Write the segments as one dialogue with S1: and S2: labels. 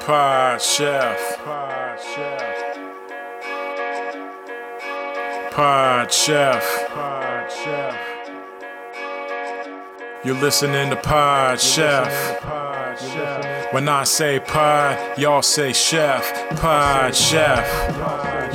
S1: Pod Chef. Pod Chef. Pod Chef. Pod Chef. You're listening to Pod Chef. Pod Chef. When I say pod, y'all say chef. Pod Chef.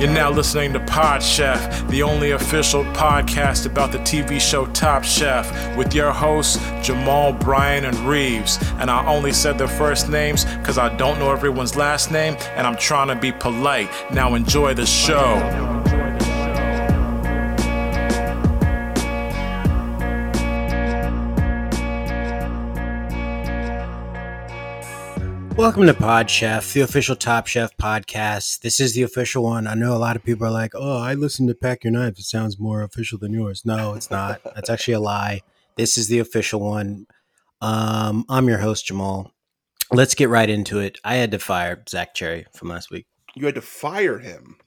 S1: You're now listening to Pod Chef, the only official podcast about the TV show Top Chef, with your hosts, Jamal, Bryan, and Reeves. And I only said their first names because I don't know everyone's last name, and I'm trying to be polite. Now enjoy the show.
S2: Welcome to Pod Chef, the official Top Chef podcast. This is the official one. I know a lot of people are like, "Oh, I listen to Pack Your Knives. It sounds more official than yours." No, it's not. That's actually a lie. This is the official one. Um, I'm your host Jamal. Let's get right into it. I had to fire Zach Cherry from last week.
S3: You had to fire him.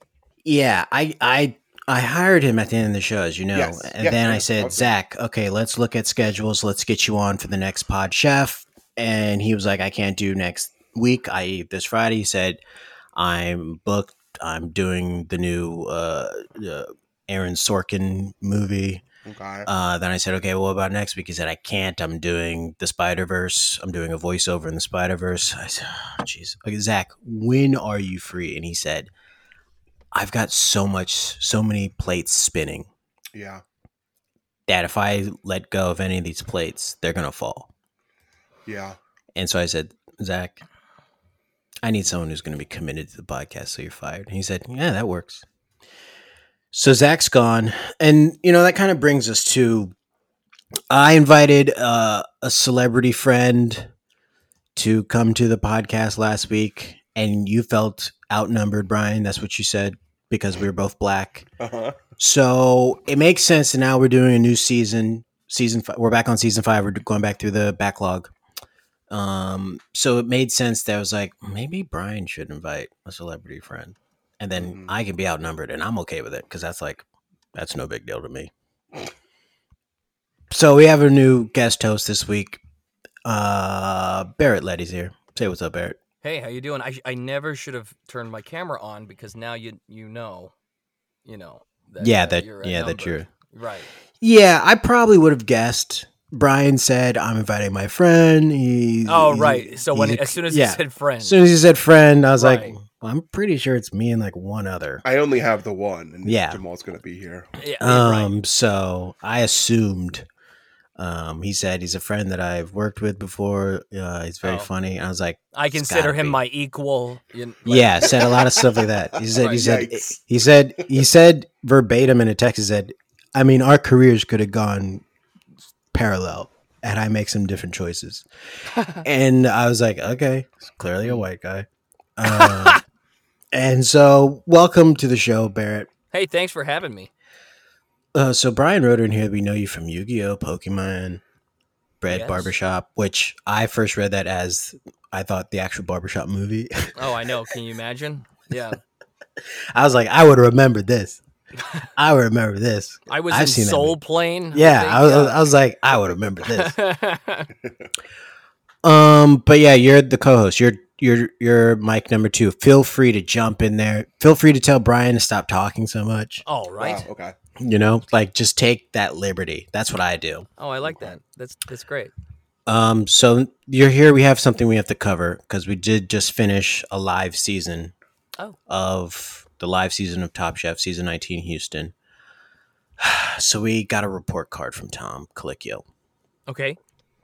S2: Yeah, I I I hired him at the end of the show, as you know,
S3: Yes,
S2: and
S3: yes,
S2: then I
S3: yes,
S2: said,
S3: okay.
S2: Zach, okay, let's look at schedules. Let's get you on for the next pod chef. And he was like, I can't do next week, i.e., this Friday. He said, I'm booked. I'm doing the new uh, uh, Aaron Sorkin movie.
S3: Okay.
S2: Uh, then I said, okay, well, what about next week? He said, I can't. I'm doing the Spider Verse. I'm doing a voiceover in the Spider Verse. I said, oh, jeez. Okay, Zach, when are you free? And he said, I've got so much, so many plates spinning
S3: yeah.
S2: that if I let go of any of these plates, they're going to fall.
S3: Yeah.
S2: And so I said, Zach, I need someone who's going to be committed to the podcast, so you're fired. And he said, Yeah, that works. So Zach's gone. And, you know, that kind of brings us to I invited uh, a celebrity friend to come to the podcast last week, and you felt outnumbered, Brian. That's what you said because we were both black.
S3: Uh-huh.
S2: So it makes sense. And now we're doing a new season. Season five, we're back on season five. We're going back through the backlog. Um, so it made sense that I was like, maybe Brian should invite a celebrity friend, and then
S4: Mm-hmm.
S3: Mhm.
S2: I can be outnumbered, and I'm okay with it because that's like, that's no big deal to me. So we have a new guest host this week. Uh, Barrett Letty's here. Say what's up, Barrett.
S4: Hey, how you doing? I, sh- I never should have turned my camera on because now you you know, you know.
S2: yeah,
S4: uh,
S2: that
S4: you're
S2: yeah, that
S4: outnumbered.
S2: you're
S4: right.
S2: Yeah, I probably would have guessed. Brian said, "I'm inviting my friend." He,
S4: Oh,
S2: he-
S4: right. So when
S2: he's a-
S4: as soon as
S2: yeah.
S4: you said friend,
S2: as soon as he said friend, I was like,
S4: Right.
S2: well, "I'm pretty sure it's me and like one other."
S3: I only have the one, and
S2: Yeah.
S3: Jamal's gonna be here.
S4: yeah, yeah, right.
S2: Um, so I assumed. Um, he said he's a friend that I've worked with before. Uh, he's very
S4: Oh.
S2: funny. I was like,
S4: I consider
S2: gotta
S4: him
S2: be.
S4: my equal. You, kn- like,
S2: "Yeah," said a lot of stuff like that. He said, "He
S4: Right.
S2: said,
S3: Yikes.
S2: he said, he said verbatim in a text. He said, I mean, our careers could have gone parallel." And I make some different choices. and I was like, okay, it's clearly a white guy. Um, and so, welcome to the show, Barrett.
S4: Hey, thanks for having me.
S2: Uh, so, Brian Roder in here, we know you from Yu Gi Oh!, Pokemon, Bread
S4: Yes.
S2: Barbershop, which I first read that as I thought the actual barbershop movie.
S4: Oh, I know. Can you imagine? Yeah,
S2: I was like, I would remember this. I would remember this.
S4: I was
S2: I've
S4: in
S2: seen that
S4: Soul
S2: movie.
S4: Plane.
S2: Yeah, I was,
S4: think,
S2: I was like, I would remember this.
S4: uh,
S2: Um, but yeah, you're the co-host. You're you're you're mic number two. Feel free to jump in there. Feel free to tell Brian to stop talking so much.
S4: All right.
S3: Wow, okay.
S2: You know, like just take that liberty. That's what I do.
S4: Oh, I like that. That's that's great.
S2: Um, so you're here. We have something we have to cover because we did just finish a live season
S4: Oh.
S2: of the live season of Top Chef, season 19, Houston. So we got a report card from Tom Colicchio.
S4: Okay.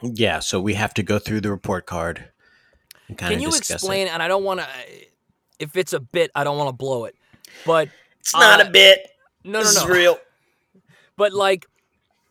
S2: Yeah, so we have to go through the report card. And kinda
S4: Can you
S2: discuss it.
S4: explain? And I don't want to. If it's a bit, I don't want to blow it. But
S5: It's not
S4: Uh,
S5: a bit.
S4: no,
S5: this
S4: no, no.
S5: is real.
S4: But like,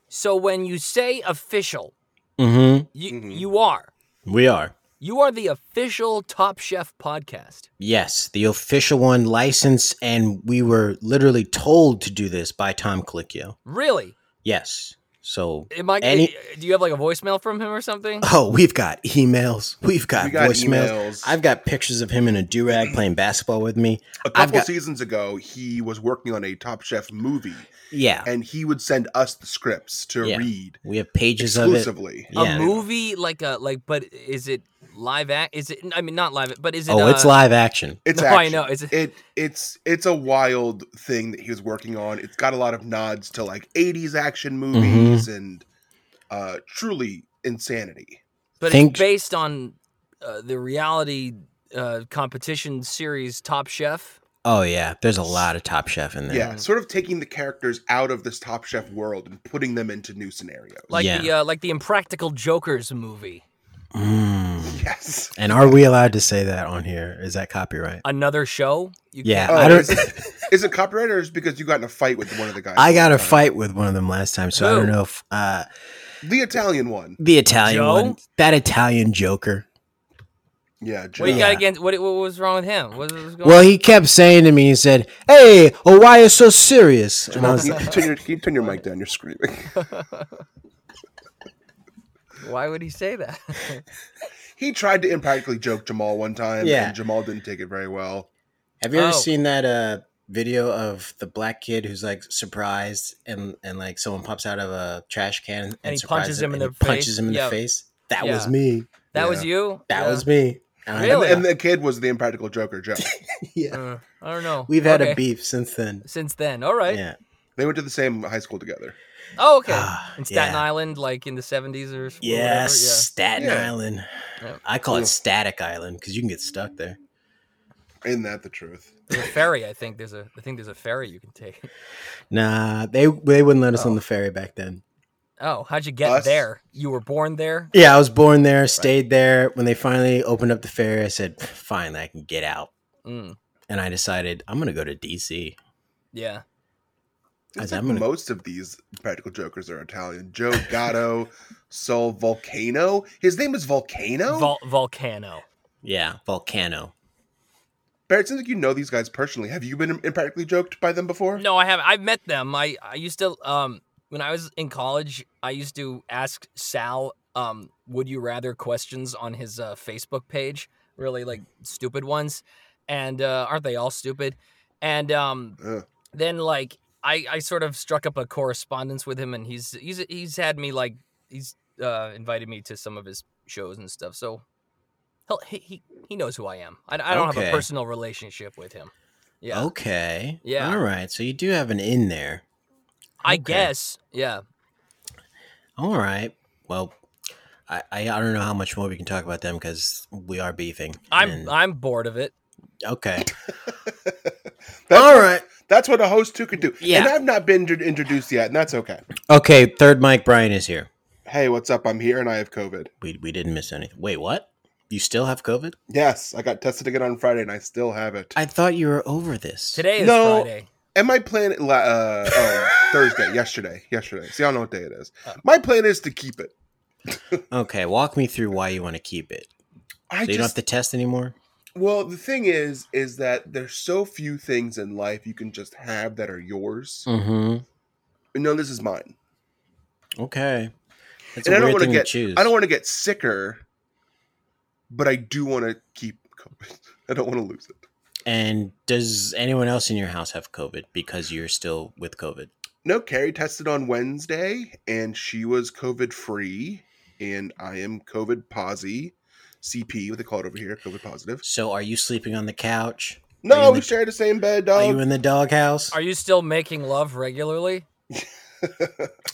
S4: so when you say official,
S2: Mm-hmm.
S4: you
S3: Mhm.
S4: you are
S2: We are.
S4: you are the official Top Chef podcast.
S2: Yes, the official one license, and we were literally told to do this by Tom Colicchio.
S4: Really?
S2: Yes. So
S4: Am I, uh,
S2: Any-
S4: do you have like a voicemail from him or something?
S2: oh, we've got emails, we've got,
S3: we got
S2: voicemails.
S3: emails.
S2: I've got pictures of him in a do rag playing basketball with me.
S3: a
S2: I've
S3: couple
S2: got-
S3: seasons ago, he was working on a Top Chef movie,
S2: Yeah,
S3: and he would send us the scripts to
S2: Yeah.
S3: read
S2: we have pages of it.
S3: exclusively.
S2: Yeah.
S4: a movie like a like, but is it live act? Is it? I mean, not live, but is it?
S2: Oh, it's
S4: uh,
S2: live action.
S3: It's
S4: No, I
S3: action.
S4: know. It's
S3: It it's it's a wild thing that he was working on. It's got a lot of nods to like '80s action
S2: Mm-hmm.
S3: movies and uh truly insanity.
S4: but
S2: think-
S4: it's based on uh, the reality uh, competition series Top Chef.
S2: Oh yeah, there's a lot of Top Chef in there.
S3: Yeah, sort of taking the characters out of this Top Chef world and putting them into new scenarios.
S4: like
S2: Yeah.
S4: the uh, like the Impractical Jokers movie.
S2: Mm.
S3: yes.
S2: And are we allowed to say that on here? Is that copyright?
S4: Another show. You
S2: Yeah,
S4: can't-
S2: I don't.
S3: Is it, is it copyright or is it because you got in a fight with one of the guys?
S2: I got a
S3: a
S2: fight with one of them last time, so I don't
S4: Who?
S2: know if uh,
S3: The Italian one.
S2: the Italian
S4: Joe?
S2: one, that Italian Joker.
S3: Yeah, Joe.
S4: What you got
S2: Yeah.
S4: against? What, what was wrong with him? What, what was going
S2: Well,
S4: on?
S2: he kept saying to me, he said, "Hey, oh, why are you so serious?" And I
S3: Jamal,
S2: was
S3: can you,
S2: like,
S3: turn your, can you turn your mic down? You're screaming.
S4: Why would he say that?
S3: He tried to impractically joke Jamal one time,
S2: Yeah.
S3: and Jamal didn't take it very well.
S2: "Have you ever
S4: Oh.
S2: seen that uh, video of the black kid who's like surprised and and like someone pops out of a trash can and,
S4: he
S2: surprises
S4: punches him in
S2: and
S4: the
S2: punches
S4: face?
S2: him in
S4: Yeah.
S2: the face?" That was
S4: Yeah.
S2: me.
S4: That was
S3: Yeah.
S4: you.
S2: That
S4: Yeah.
S2: was me. And I-
S4: Really?
S3: And the kid was the impractical joker Joe.
S2: yeah.
S4: Uh, I don't know.
S2: We've had
S4: Okay.
S2: a beef since then.
S4: since then. All right.
S2: Yeah.
S3: They went to the same high school together.
S4: Oh, okay.
S2: Ah,
S4: In Staten
S2: yeah.
S4: Island, like in the seventies or s- or whatever,
S2: Yes, Staten
S3: Yeah.
S2: Island.
S4: Yep.
S2: I call
S3: Oof.
S2: it Static Island because you can get stuck there.
S3: Isn't that the truth?
S4: Yeah. There's a ferry. I think there's a. I think there's a ferry you can take.
S2: Nah, they they wouldn't let us
S4: Oh.
S2: on the ferry back then.
S4: Oh, how'd you get
S3: Us?
S4: there? You were born there.
S2: Yeah, I was born there, stayed there. When they finally opened up the ferry, I said, "Fine, I can get out."
S4: Mm,
S2: And I decided I'm gonna go to DC.
S4: yeah.
S2: I
S3: It's
S2: said,
S3: like
S2: I'm gonna-
S3: most of these practical jokers are Italian. Joe Gatto, Sol Volcano. His name is Volcano.
S4: Vol- volcano.
S2: Yeah, Volcano.
S3: Barrett, seems like you know these guys personally. Have you been impractically joked by them before?
S4: No, I haven't. I've met them. I I used to um when I was in college, I used to ask Sal um would you rather questions on his uh, Facebook page, really like stupid ones, and uh, aren't they all stupid? And um
S3: Ugh.
S4: then like I I sort of struck up a correspondence with him, and he's he's he's had me like he's uh, invited me to some of his shows and stuff, so. he'll- He, he, he knows who I am. I, I don't have
S2: Okay.
S4: a personal relationship with him. Yeah.
S2: Okay.
S4: Yeah.
S2: All right. So you do have an in there.
S4: I
S2: Okay.
S4: guess. Yeah.
S2: All right. Well, I I, I don't know how much more we can talk about them because we are beefing.
S4: I'm
S2: and-
S4: I'm bored of it.
S2: okay.
S3: That's
S2: All
S3: what-
S2: right.
S3: That's what a host too could do.
S2: Yeah.
S3: And I've not been inter- introduced yet, and that's okay.
S2: Okay. Third Mike Bryan is here.
S3: Hey, what's up? I'm here and I have COVID.
S2: We we didn't miss anything. Wait, what? You still have COVID?
S3: Yes, I got tested again on Friday and I still have it.
S2: I thought you were over this.
S4: Today is
S3: No.
S4: Friday.
S3: And my plan, la- uh, oh, Thursday, yesterday, yesterday. See, I don't know what day it is. My plan is to keep it.
S2: Okay, walk me through why you want to keep it.
S3: I
S2: So you don't have
S3: just
S2: to test anymore.
S3: well, the thing is, is that there's so few things in life you can just have that are yours.
S2: Mm-hmm.
S3: No, this is mine.
S2: Okay. That's
S3: And I
S2: a
S3: don't
S2: weird
S3: wanna
S2: thing
S3: get-
S2: to choose.
S3: I don't want to get sicker, but I do want to keep. COVID. I don't want to lose it.
S2: and does anyone else in your house have COVID because you're still with COVID?
S3: No, Carrie tested on Wednesday and she was COVID free, and I am COVID posy, CP, what they call it over here, COVID positive.
S2: So are you sleeping on the couch? Are you
S3: No,
S2: in
S3: we
S2: the-
S3: share the same bed,
S2: Are you
S3: dog.
S2: in the doghouse?
S4: Are you still making love regularly?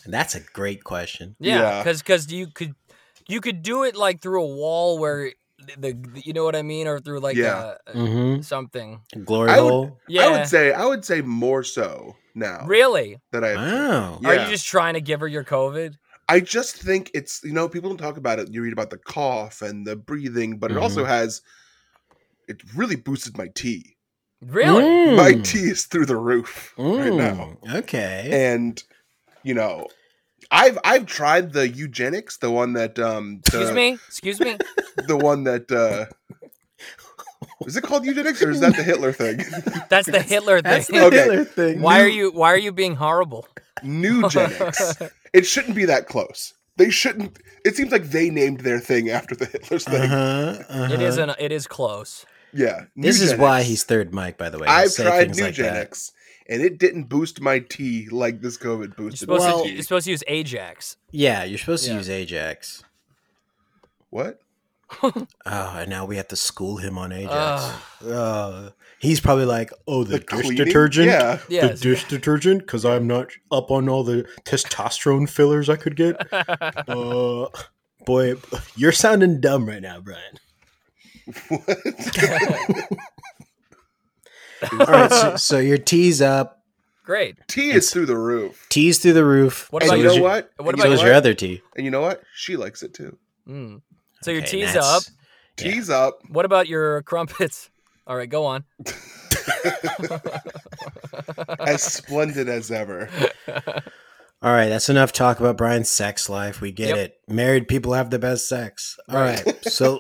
S2: That's a great question.
S4: Yeah,
S3: Yeah.
S4: because you could you could do it like through a wall where the, the you know what I mean, or through like
S3: Yeah.
S4: a,
S2: Mm-hmm.
S4: something.
S2: Glory
S3: I would-
S2: hole.
S4: Yeah,
S3: I would say, I would say more so now
S4: really.
S3: that I.
S2: Wow.
S4: Are
S3: Yeah.
S4: you just trying to give her your COVID?
S3: I just think it's you know people don't talk about it. You read about the cough and the breathing, but
S2: Mhm.
S3: it also has. It really boosted my tea.
S4: Really?
S3: My
S2: Mm.
S3: tea is through the roof right now.
S2: Mm. Okay.
S3: and you know i've i've tried the eugenics the one that um the,
S4: Excuse me. Excuse me.
S3: the one that uh is it called eugenics or is that the hitler thing
S4: That's the Hitler
S2: That's
S4: thing.
S2: the
S3: Okay.
S2: other thing.
S4: Why are you Why are you being horrible?
S3: nugenics It shouldn't be that close. They shouldn't. It seems like they named their thing after the Hitler's thing.
S2: Uh-huh, uh-huh.
S4: It is an, it is close.
S3: Yeah,
S2: This
S3: New
S2: is
S3: Gen
S2: why
S3: X.
S2: he's third mic, by the way. He'll
S3: I've
S2: say
S3: tried
S2: things
S3: New
S2: like
S3: Gen
S2: that.
S3: X, and it didn't boost my tea like this COVID
S4: You're
S3: boosted
S4: supposed,
S3: my
S2: Well-
S4: to,
S3: tea.
S4: you're supposed to use Ajax.
S2: Yeah, you're supposed to
S4: Yeah.
S2: use Ajax.
S3: What?
S2: Oh, and now we have to school him on Ajax.
S4: Ugh.
S2: Uh, he's probably like, oh, the,
S3: The
S2: dish
S3: cleaning?
S2: detergent?
S3: Yeah.
S4: Yeah.
S2: The dish detergent? Because I'm not up on all the testosterone fillers I could get. uh, boy, you're sounding dumb right now, Brian.
S3: What?
S2: All right, so, so your tea's up.
S4: Great.
S3: tea is through the roof.
S2: Tea's through the roof.
S4: What
S3: And
S2: so
S4: about
S3: you
S2: is
S3: know
S4: your-
S3: what?
S4: what
S3: And
S2: So
S3: you
S4: about
S2: is
S3: know
S2: your
S3: what?
S2: other tea.
S3: And you know what? She likes it too.
S4: Mm. So your
S2: Okay,
S4: tea's
S2: that's-
S4: up.
S2: Yeah.
S3: Tea's up.
S4: What about your crumpets? All right, go on.
S3: as splendid as ever.
S2: All right, that's enough talk about Brian's sex life. We get
S4: Yep.
S2: it. Married people have the best sex. All right, so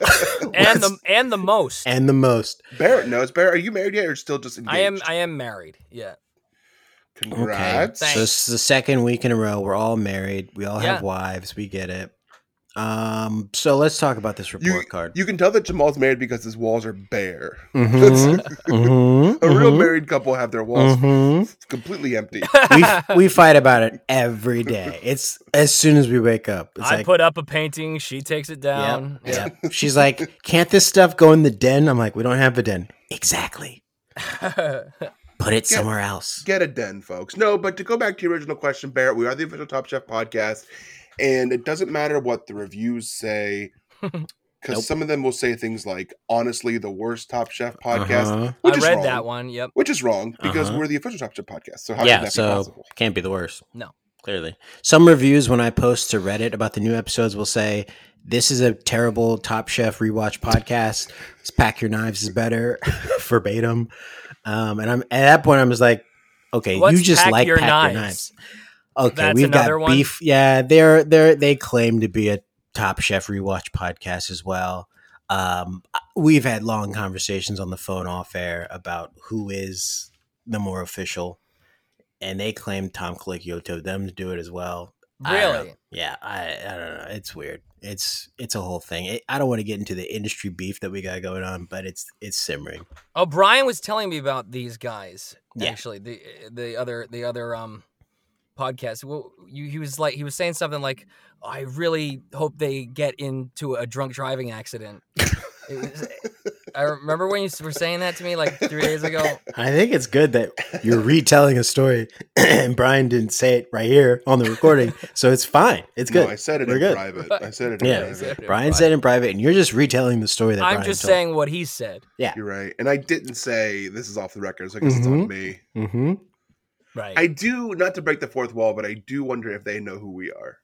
S4: And the and the most.
S2: and the most.
S3: Barrett knows. Barrett, are you married yet or still just engaged?
S4: I am I am married. Yeah.
S3: Congrats.
S2: So this is the second week in a row. We're all married. We all
S4: Yeah.
S2: have wives. We get it. Um, so let's talk about this report card.
S3: You can tell that Jamal's married because his walls are bare.
S4: Mm-hmm.
S2: Mhm, mhm,
S3: A real
S2: mhm,
S3: married couple have their walls
S4: Mm-hmm.
S2: mhm.
S3: completely empty.
S2: we, f- we fight about it every day. It's as soon as we wake up. It's
S4: I
S2: like,
S4: put up a painting, she takes it down.
S2: yep, yep. She's like, can't this stuff go in the den? I'm like, we don't have a den. Exactly.
S4: Yeah.
S2: Put it
S3: Yeah.
S2: somewhere else.
S3: Get a den, folks. No, but to go back to your original question, Barrett, we are the official Top Chef podcast, and it doesn't matter what the reviews say. Because
S2: Nope.
S3: some of them will say things like, honestly, the worst Top Chef podcast,
S2: Uh-huh.
S4: I
S3: which is
S4: read
S3: wrong.
S4: that one. Yep.
S3: Which is wrong because
S2: Uh-huh.
S3: we're the official Top Chef podcast. So how
S2: yeah,
S3: can that
S2: so
S3: be possible?
S2: can't be the worst.
S4: No.
S2: clearly. Some reviews when I post to Reddit about the new episodes will say, "This is a terrible Top Chef rewatch podcast. Just Pack your knives is better." verbatim, um, and I'm at that point. I'm just like, "Okay,
S4: What's
S2: you just
S4: pack
S2: like
S4: your
S2: pack
S4: knives.
S2: your knives." Okay,
S4: That's
S2: we've
S4: another
S2: got
S4: one?
S2: beef. Yeah, they're they're they claim to be a Top Chef rewatch podcast as well. Um, we've had long conversations on the phone off air about who is the more official, and they claim Tom Colicchio told them to do it as well. I don't
S4: Really?
S2: know. yeah, I I don't know. It's weird. It's it's a whole thing. It, I don't want to get into the industry beef that we got going on, but it's it's simmering.
S4: Oh, Brian was telling me about these guys.
S2: Yeah.
S4: Actually, the the other the other um podcast. Well, you, he was like he was saying something like, "I really hope they get into a drunk driving accident." it was, I remember when you were saying that to me like three days ago.
S2: I think it's good that you're retelling a story, and Brian didn't say it right here on the recording, so it's fine. It's
S3: No,
S2: good.
S3: I said it
S2: We're
S3: in
S2: good.
S3: private. I said it in
S2: Yeah.
S3: private.
S2: Brian said in private, and you're just retelling the story that
S4: I'm
S2: Brian
S4: just
S2: told.
S4: saying what he said.
S3: You're right. And I didn't say this is off the record, so I guess it's on me.
S2: Mm-hmm.
S4: Right.
S3: I do, not to break the fourth wall, but I do wonder if they know who we are.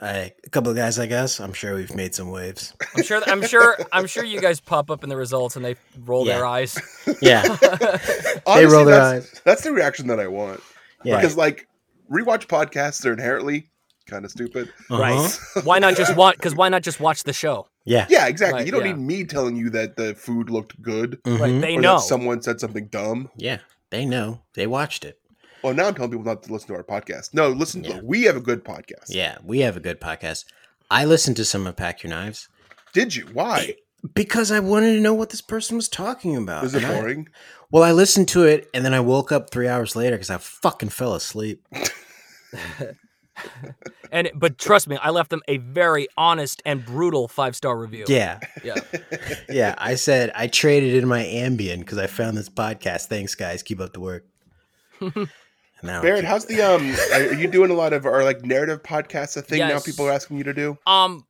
S2: Uh, a couple of guys like us, I'm sure we've made some waves.
S4: I'm sure. I'm sure. I'm sure you guys pop up in the results and they roll their
S2: Yeah.
S4: eyes.
S2: Yeah,
S3: Honestly,
S2: roll their
S3: that's, that's the reaction that I want.
S2: yeah.
S3: Because, like, rewatch podcasts are inherently kind of stupid.
S2: Uh-huh.
S4: Why not just watch? Because why not just watch the show?
S2: Yeah,
S3: Yeah, exactly.
S4: Right,
S3: you don't
S4: yeah.
S3: need me telling you that the food looked good
S4: Right.
S2: Mhm.
S4: They
S3: or
S4: know.
S3: that someone said something dumb.
S2: yeah. They know. They watched it.
S3: Well, now I'm telling people not to listen to our podcast. No, listen
S2: Yeah.
S3: to We have a good podcast.
S2: Yeah, we have a good podcast. I listened to some of Pack Your Knives
S3: Did you? Why?
S2: because I wanted to know what this person was talking about.
S3: Was it
S2: And I-
S3: boring?
S2: well, I listened to it and then I woke up three hours later because I fucking fell asleep.
S4: And but trust me, I left them a very honest and brutal five star review.
S2: Yeah,
S4: Yeah.
S2: yeah. I said I traded in my Ambien because I found this podcast. Thanks, guys. Keep up the work. And now
S3: Barrett, how's the um? Are you doing a lot of our like narrative podcasts? A thing now
S4: Yes.
S3: people are asking you to do.
S4: Um.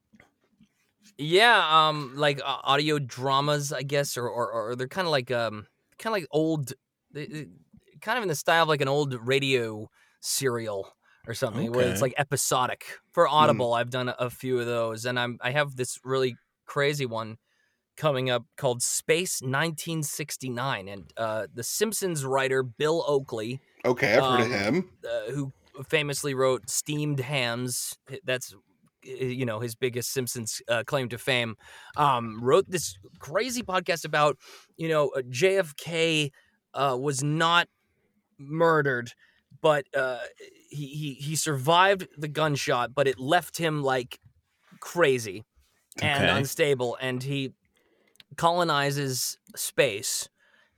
S4: Yeah. Um. Like uh, audio dramas, I guess, or or, or they're kind of like um, kind of like old, they- they- kind of in the style of like an old radio serial or something, where it's
S2: Okay.
S4: like episodic for Audible. I've done a, a few of those, and I'm I have this really crazy one coming up called Space 1969, and uh, the Simpsons writer Bill Oakley
S3: Okay, I've heard of
S4: Um,
S3: him.
S4: uh, who famously wrote steamed hams that's uh, you know his biggest simpsons uh, claim to fame um, wrote this crazy podcast about you know uh, jfk uh, was not murdered but uh, he, he he survived the gunshot, but it left him like crazy and
S2: Okay.
S4: unstable, and he colonizes space.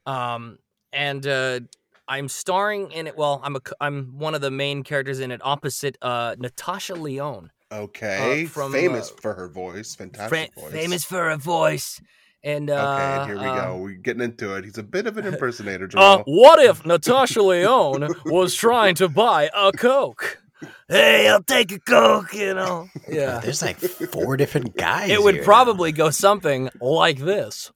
S4: Um, and uh, I'm starring in it. Well, I'm a c- I'm one of the main characters in it, opposite uh, Natasha Leone,
S3: Okay,
S4: Uh, from,
S3: famous
S4: uh,
S3: for her voice, fantastic
S4: Fra-
S3: voice.
S4: famous for her voice. And
S3: Okay,
S4: uh,
S3: and here we
S4: uh,
S3: go. We're getting into it. He's a bit of an impersonator,
S4: Uh,
S3: Jamal.
S4: what if Natasha Leone was trying to buy a Coke? Hey, I'll take a Coke, you know. Yeah.
S2: There's like four different guys.
S4: It would
S2: here.
S4: probably go something like this.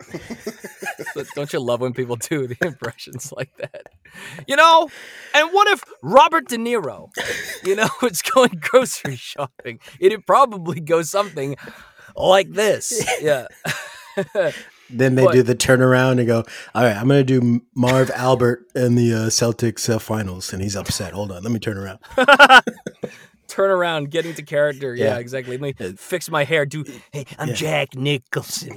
S4: But don't you love when people do the impressions like that? You know? And what if Robert De Niro, you know, was going grocery shopping? It'd probably go something like this. Yeah.
S2: Then they
S4: But-
S2: do the turnaround and go, all right, I'm going to do Marv Albert in the uh, Celtics uh, finals. And he's upset. Hold on. Let me turn around.
S4: turn around, get into character. Yeah,
S2: Yeah. Uh,
S4: exactly. Let me fix my hair. Do hey, I'm
S2: Yeah.
S4: Jack Nicholson.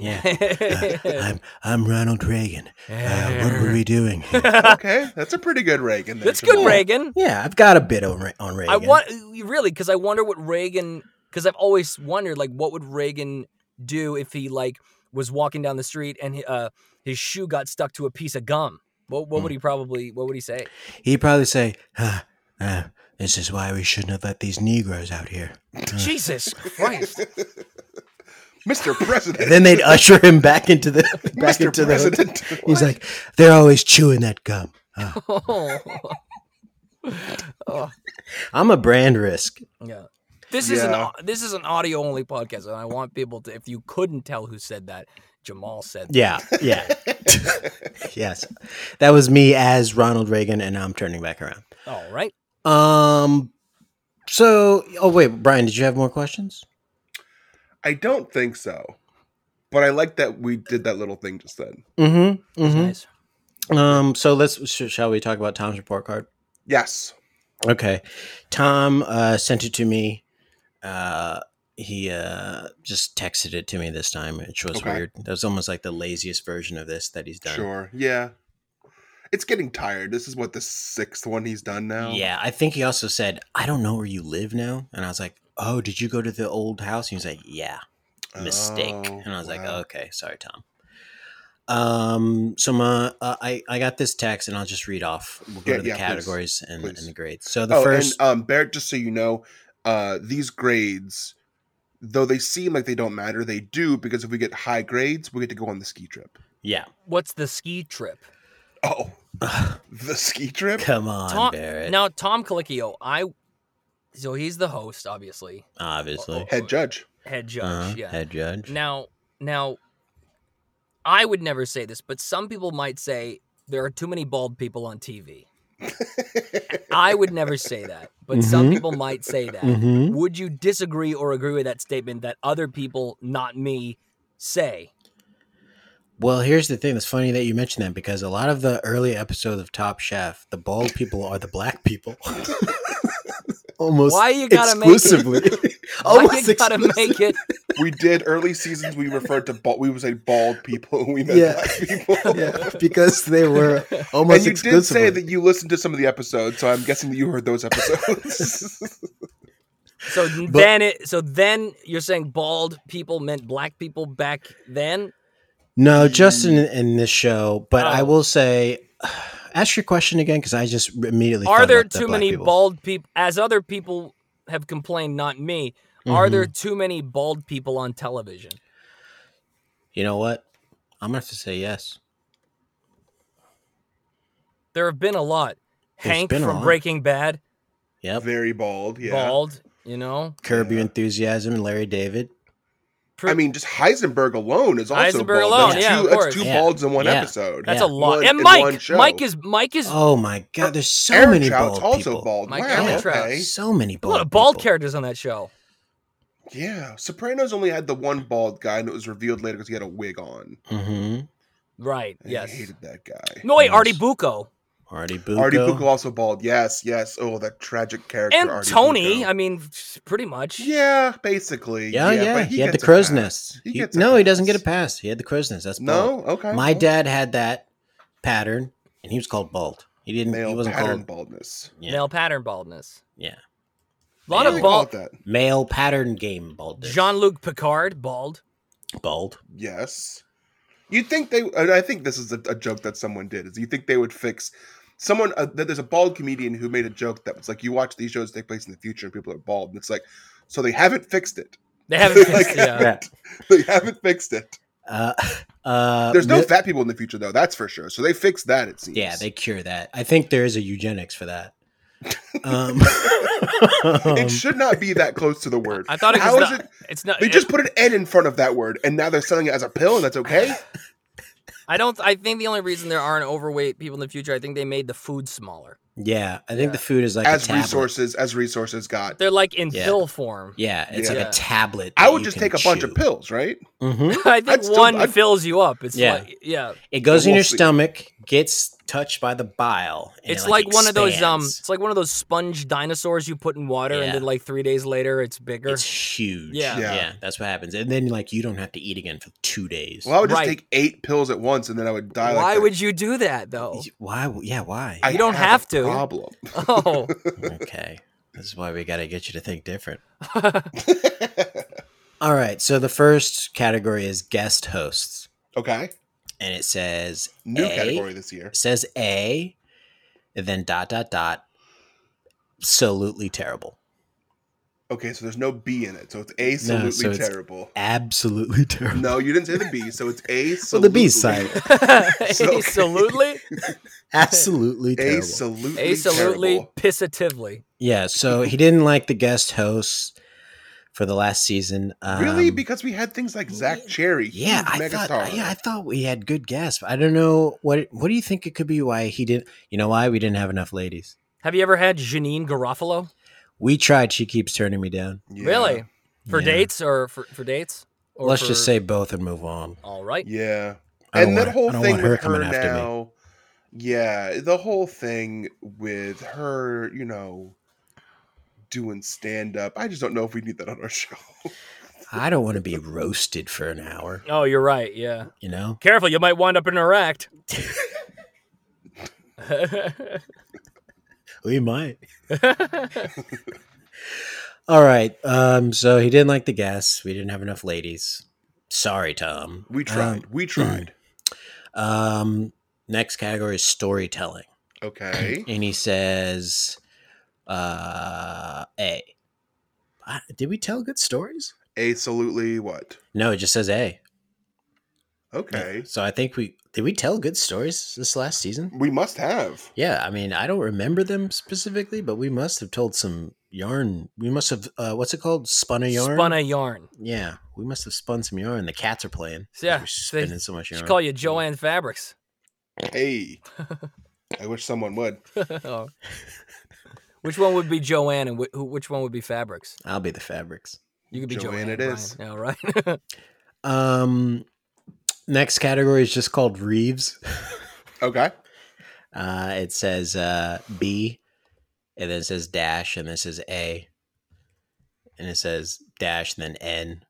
S2: Yeah.
S4: Yeah.
S2: I'm, I'm Ronald Reagan. Uh, what were we doing? here?
S3: okay, that's a pretty good Reagan. There,
S4: That's good,
S3: Jamal.
S4: Reagan.
S2: yeah, I've got a bit on, Re- on Reagan.
S4: I want really because I wonder what Reagan. Because I've always wondered, like, what would Reagan do if he like was walking down the street and uh, his shoe got stuck to a piece of gum? What, what would
S2: Hmm.
S4: he probably? What would he say?
S2: He'd probably say, huh, uh, this is why we shouldn't have let these Negroes out here.
S4: Jesus Christ!
S3: Mr. President.
S2: And then they'd usher him back into the back
S3: Mr.
S2: into
S3: President.
S2: the. He's like, they're always chewing that gum. Uh,
S4: Oh.
S2: I'm a brand risk.
S4: Yeah. This is an
S3: Yeah.
S4: au- this is an audio only podcast, and I want people to. If you couldn't tell who said that, Jamal said. That.
S2: Yeah, yeah. yes. That was me as Ronald Reagan, and now I'm turning back around.
S4: All right.
S2: Um. So, oh wait, Brian, did you have more questions?
S3: I don't think so, but I like that we did that little thing just then.
S2: Mm-hmm.
S4: Nice.
S2: Um. So let's sh- shall we talk about Tom's report card?
S3: Yes.
S2: Okay. Tom uh, sent it to me. Uh, he uh, just texted it to me this time, which was
S3: Okay.
S2: weird. That was almost like the laziest version of this that he's done.
S3: Sure. Yeah. It's getting tired. This is what the sixth one he's done now.
S2: Yeah, I think he also said, "I don't know where you live now," and I was like, "Oh, did you go to the old house?" And he's like, "Yeah." mistake.
S3: Oh,
S2: and I was like,
S3: wow.
S2: okay, sorry, Tom. Um, so my, uh, I, I got this text and I'll just read off. We'll go
S3: Yeah,
S2: to the
S3: yeah, please,
S2: categories and,
S3: please.
S2: and the grades. So the
S3: oh,
S2: first,
S3: and um, Barrett, just so you know, uh, these grades, though they seem like they don't matter, they do because if we get high grades, we get to go on the ski trip.
S2: yeah,
S4: What's the ski trip?
S3: Oh, the ski trip?
S2: come on,
S4: Tom,
S2: Barrett.
S4: now Tom Colicchio, I. So he's the host, obviously,
S2: obviously,
S4: Oh,
S3: Head judge.
S4: head judge.
S2: Uh-huh,
S4: yeah.
S2: head judge.
S4: Now, now, I would never say this, but some people might say there are too many bald people on TV. I would never say that, but some
S2: Mhm.
S4: people might say that.
S2: Mhm.
S4: Would you disagree or agree with that statement that other people, not me, say?
S2: Well, here's the thing. It's funny that you mentioned that because a lot of the early episodes of Top Chef, the bald people are the black people. Almost
S4: Why you gotta make it-
S2: exclusively.
S4: Why
S2: Almost
S4: you gotta
S2: exclusively.
S4: make it?
S3: we did early seasons. We referred to bald. We would say bald people. We meant
S2: Yeah.
S3: black people.
S2: yeah, because they were almost
S3: And you did
S2: exclusively.
S3: say that you listened to some of the episodes, so I'm guessing that you heard those episodes.
S4: So then it. So then you're saying bald people meant black people back then.
S2: No, just in, in this show, but I
S4: Oh.
S2: will say, ask your question again because I just immediately
S4: Are
S2: thought
S4: there
S2: about the
S4: too
S2: black
S4: many
S2: people.
S4: bald people? As other people have complained, not me. Are
S2: Mm-hmm.
S4: there too many bald people on television?
S2: You know what? I'm gonna have to say yes.
S4: There have been a lot.
S2: There's
S4: Hank
S2: been a
S4: from
S2: lot.
S4: Breaking Bad,
S2: Yep.
S3: Very bald. Yeah.
S4: bald. You know,
S2: Curb Your Enthusiasm and Larry David.
S3: I mean, just Heisenberg alone is also
S4: Heisenberg
S3: bald.
S4: alone,
S3: that's
S4: yeah,
S3: two,
S4: of
S3: that's
S4: course.
S3: two
S2: Yeah.
S3: balds in one
S2: Yeah.
S3: episode.
S4: that's
S2: Yeah.
S4: a lot.
S3: One-
S4: and
S3: in one
S4: Mike,
S3: show.
S4: Mike is Mike is
S2: Oh my God! There's so
S3: Aaron
S2: many
S3: Trout's
S2: bald
S3: also
S2: people.
S3: bald. eh?
S4: Mike
S3: wow.
S4: Aaron Trout.
S3: Okay.
S2: So many
S4: a
S2: bald.
S4: lot of bald
S2: people.
S4: characters on that show.
S3: Yeah. Sopranos only had the one bald guy, and it was revealed later because he had a wig on.
S2: Mhm.
S4: Right.
S3: I
S4: yes.
S3: hated that guy.
S4: No, wait,
S2: Yes.
S4: Artie Bucco
S2: Artie Bucco.
S3: Artie Bucco also bald. Yes, yes. Oh, that tragic character.
S4: and
S3: Artie
S4: Tony.
S3: Bucco.
S4: I mean, pretty much.
S3: Yeah, basically.
S2: Yeah, yeah.
S3: but
S2: He, had the
S3: gets a
S2: crow's
S3: pass.
S2: nest. He-
S3: gets a
S2: no, he doesn't
S3: pass.
S2: get a pass. He had the crow's nest. That's bald.
S3: No, okay.
S2: My
S3: well,
S2: dad had that pattern, and he was called bald. He didn't. he
S3: male
S2: wasn't
S3: pattern
S2: called.
S3: baldness.
S2: Yeah.
S4: Male pattern baldness.
S2: Yeah.
S4: A lot
S3: What do
S4: of
S3: they call
S4: bald.
S3: it that?
S2: Male pattern game baldness.
S4: Jean Luc Picard, bald.
S2: bald.
S3: Yes. You'd think they. and I think this is a, a joke that someone did. Is you think they would fix someone? Uh, that there's a bald comedian who made a joke that was like, "You watch these shows take place in the future and people are bald," and it's like, so they haven't fixed it.
S4: They haven't
S3: Like,
S4: fixed it. yeah.
S2: Yeah.
S3: They haven't fixed it.
S2: Uh, uh,
S3: There's no
S2: mi-
S3: fat people in the future though. That's for sure. So they fixed that. It seems.
S2: Yeah, they cure that. I think there is a eugenics for that. Um,
S3: it should not be that close to the word.
S4: I thought it was
S3: How is
S4: not-
S3: it?
S4: It's not.
S3: They
S4: it-
S3: just put an N in front of that word, and now they're selling it as a pill, and that's okay.
S4: I don't. I think the only reason there aren't overweight people in the future, I think they made the food smaller.
S2: yeah, I think
S4: Yeah.
S2: the food is like a
S3: as
S2: tablet.
S3: resources, as resources got.
S4: They're like in
S2: Yeah.
S4: pill form.
S2: Yeah, it's like
S4: Yeah.
S2: a tablet.
S3: I
S2: that
S3: would
S2: you
S3: just
S2: can
S3: take a bunch of
S2: chew.
S3: pills, right?
S2: Mhm.
S4: I think
S3: I'd still-
S4: one
S3: I'd-
S4: fills you up. It's
S2: Yeah.
S4: like yeah.
S2: It goes
S3: We'll
S2: in your
S3: see.
S2: stomach, gets touched by the bile. and it,
S4: It's like, one of those um
S2: expands.
S4: it's like one of those sponge dinosaurs you put in water and
S2: Yeah.
S4: then like 3 days later it's bigger.
S2: It's huge.
S4: um, Yeah.
S3: Yeah.
S2: yeah, that's what happens. And then like you don't have to eat again for two days.
S3: Well, I would just
S4: Right.
S3: take eight pills at once, and then I would die.
S4: Why
S3: like that.
S4: would you do that though?
S2: Why? w- Yeah, why?
S3: I
S4: you don't
S3: a
S4: have to.
S3: Problem.
S4: Oh.
S2: okay, this is why we got to get you to think different. All right, so the first category is guest hosts,
S3: okay.
S2: and it says
S3: New
S2: A.
S3: category this year.
S2: it says A, and then dot dot dot. Absolutely terrible.
S3: Okay, so there's no B in it, so it's absolutely
S2: so it's-
S3: terrible.
S2: Absolutely terrible.
S3: No, you didn't say the B, so it's A.
S2: Well, the B side,
S3: okay.
S4: Absolutely.
S2: absolutely terrible.
S3: Absolutely.
S4: Absolutely
S3: terrible.
S4: pissatively.
S2: Yeah, so he didn't like the guest hosts for the last season. Um,
S3: really? Because we had things like Zach Cherry.
S2: yeah,
S3: huge
S2: I thought
S3: megastar.
S2: yeah, I thought we had good guests. but I don't know what what do you think it could be why he didn't you know why we didn't have enough ladies.
S4: Have you ever had Janine Garofalo?
S2: We tried, she keeps turning me down.
S3: Yeah.
S4: Really? For
S2: Yeah.
S4: dates or for, for dates? Or
S2: Let's
S4: for-
S2: just say both and move on.
S4: all right.
S3: Yeah.
S2: I don't
S3: and that
S2: want-
S3: whole
S2: I don't
S3: thing
S2: want her
S3: with her
S2: coming after me.
S3: now yeah the whole thing with her you know doing stand up i just don't know if we need that on our show
S2: I don't want to be roasted for an hour,
S4: Oh, you're right. Yeah.
S2: you know?
S4: Careful, you might wind up in Iraq.
S2: We might. All right. Um so he didn't like the guests. We didn't have enough ladies. Sorry, Tom.
S3: we tried we
S2: mm.
S3: tried
S2: Um, next category is storytelling,
S3: okay
S2: and he says, uh, "A." Uh, Did we tell good stories?
S3: absolutely what
S2: No, it just says A.
S3: okay
S2: So I think we did we tell good stories this last season?
S3: we must have
S2: Yeah, I mean I don't remember them specifically, but we must have told some yarn. We must have uh, what's it called? Spun a yarn.
S4: Spun a yarn.
S2: yeah, we must have spun some yarn. The cats are playing.
S4: Yeah,
S2: we're
S4: they
S2: spinning so much
S4: Should
S2: yarn.
S4: call you Joanne Fabrics.
S3: hey i wish someone would
S4: Oh. Which one would be Joanne and wh- who- which one would be Fabrics?
S2: I'll be the fabrics.
S4: You could be
S3: Joanne it
S4: Joanne. Ryan.
S3: is.
S4: Yeah, right.
S2: Um, next category is just called Reeves.
S3: okay
S2: Uh, it says uh, B, and then it says dash, and then it says A, and it says dash, and then N,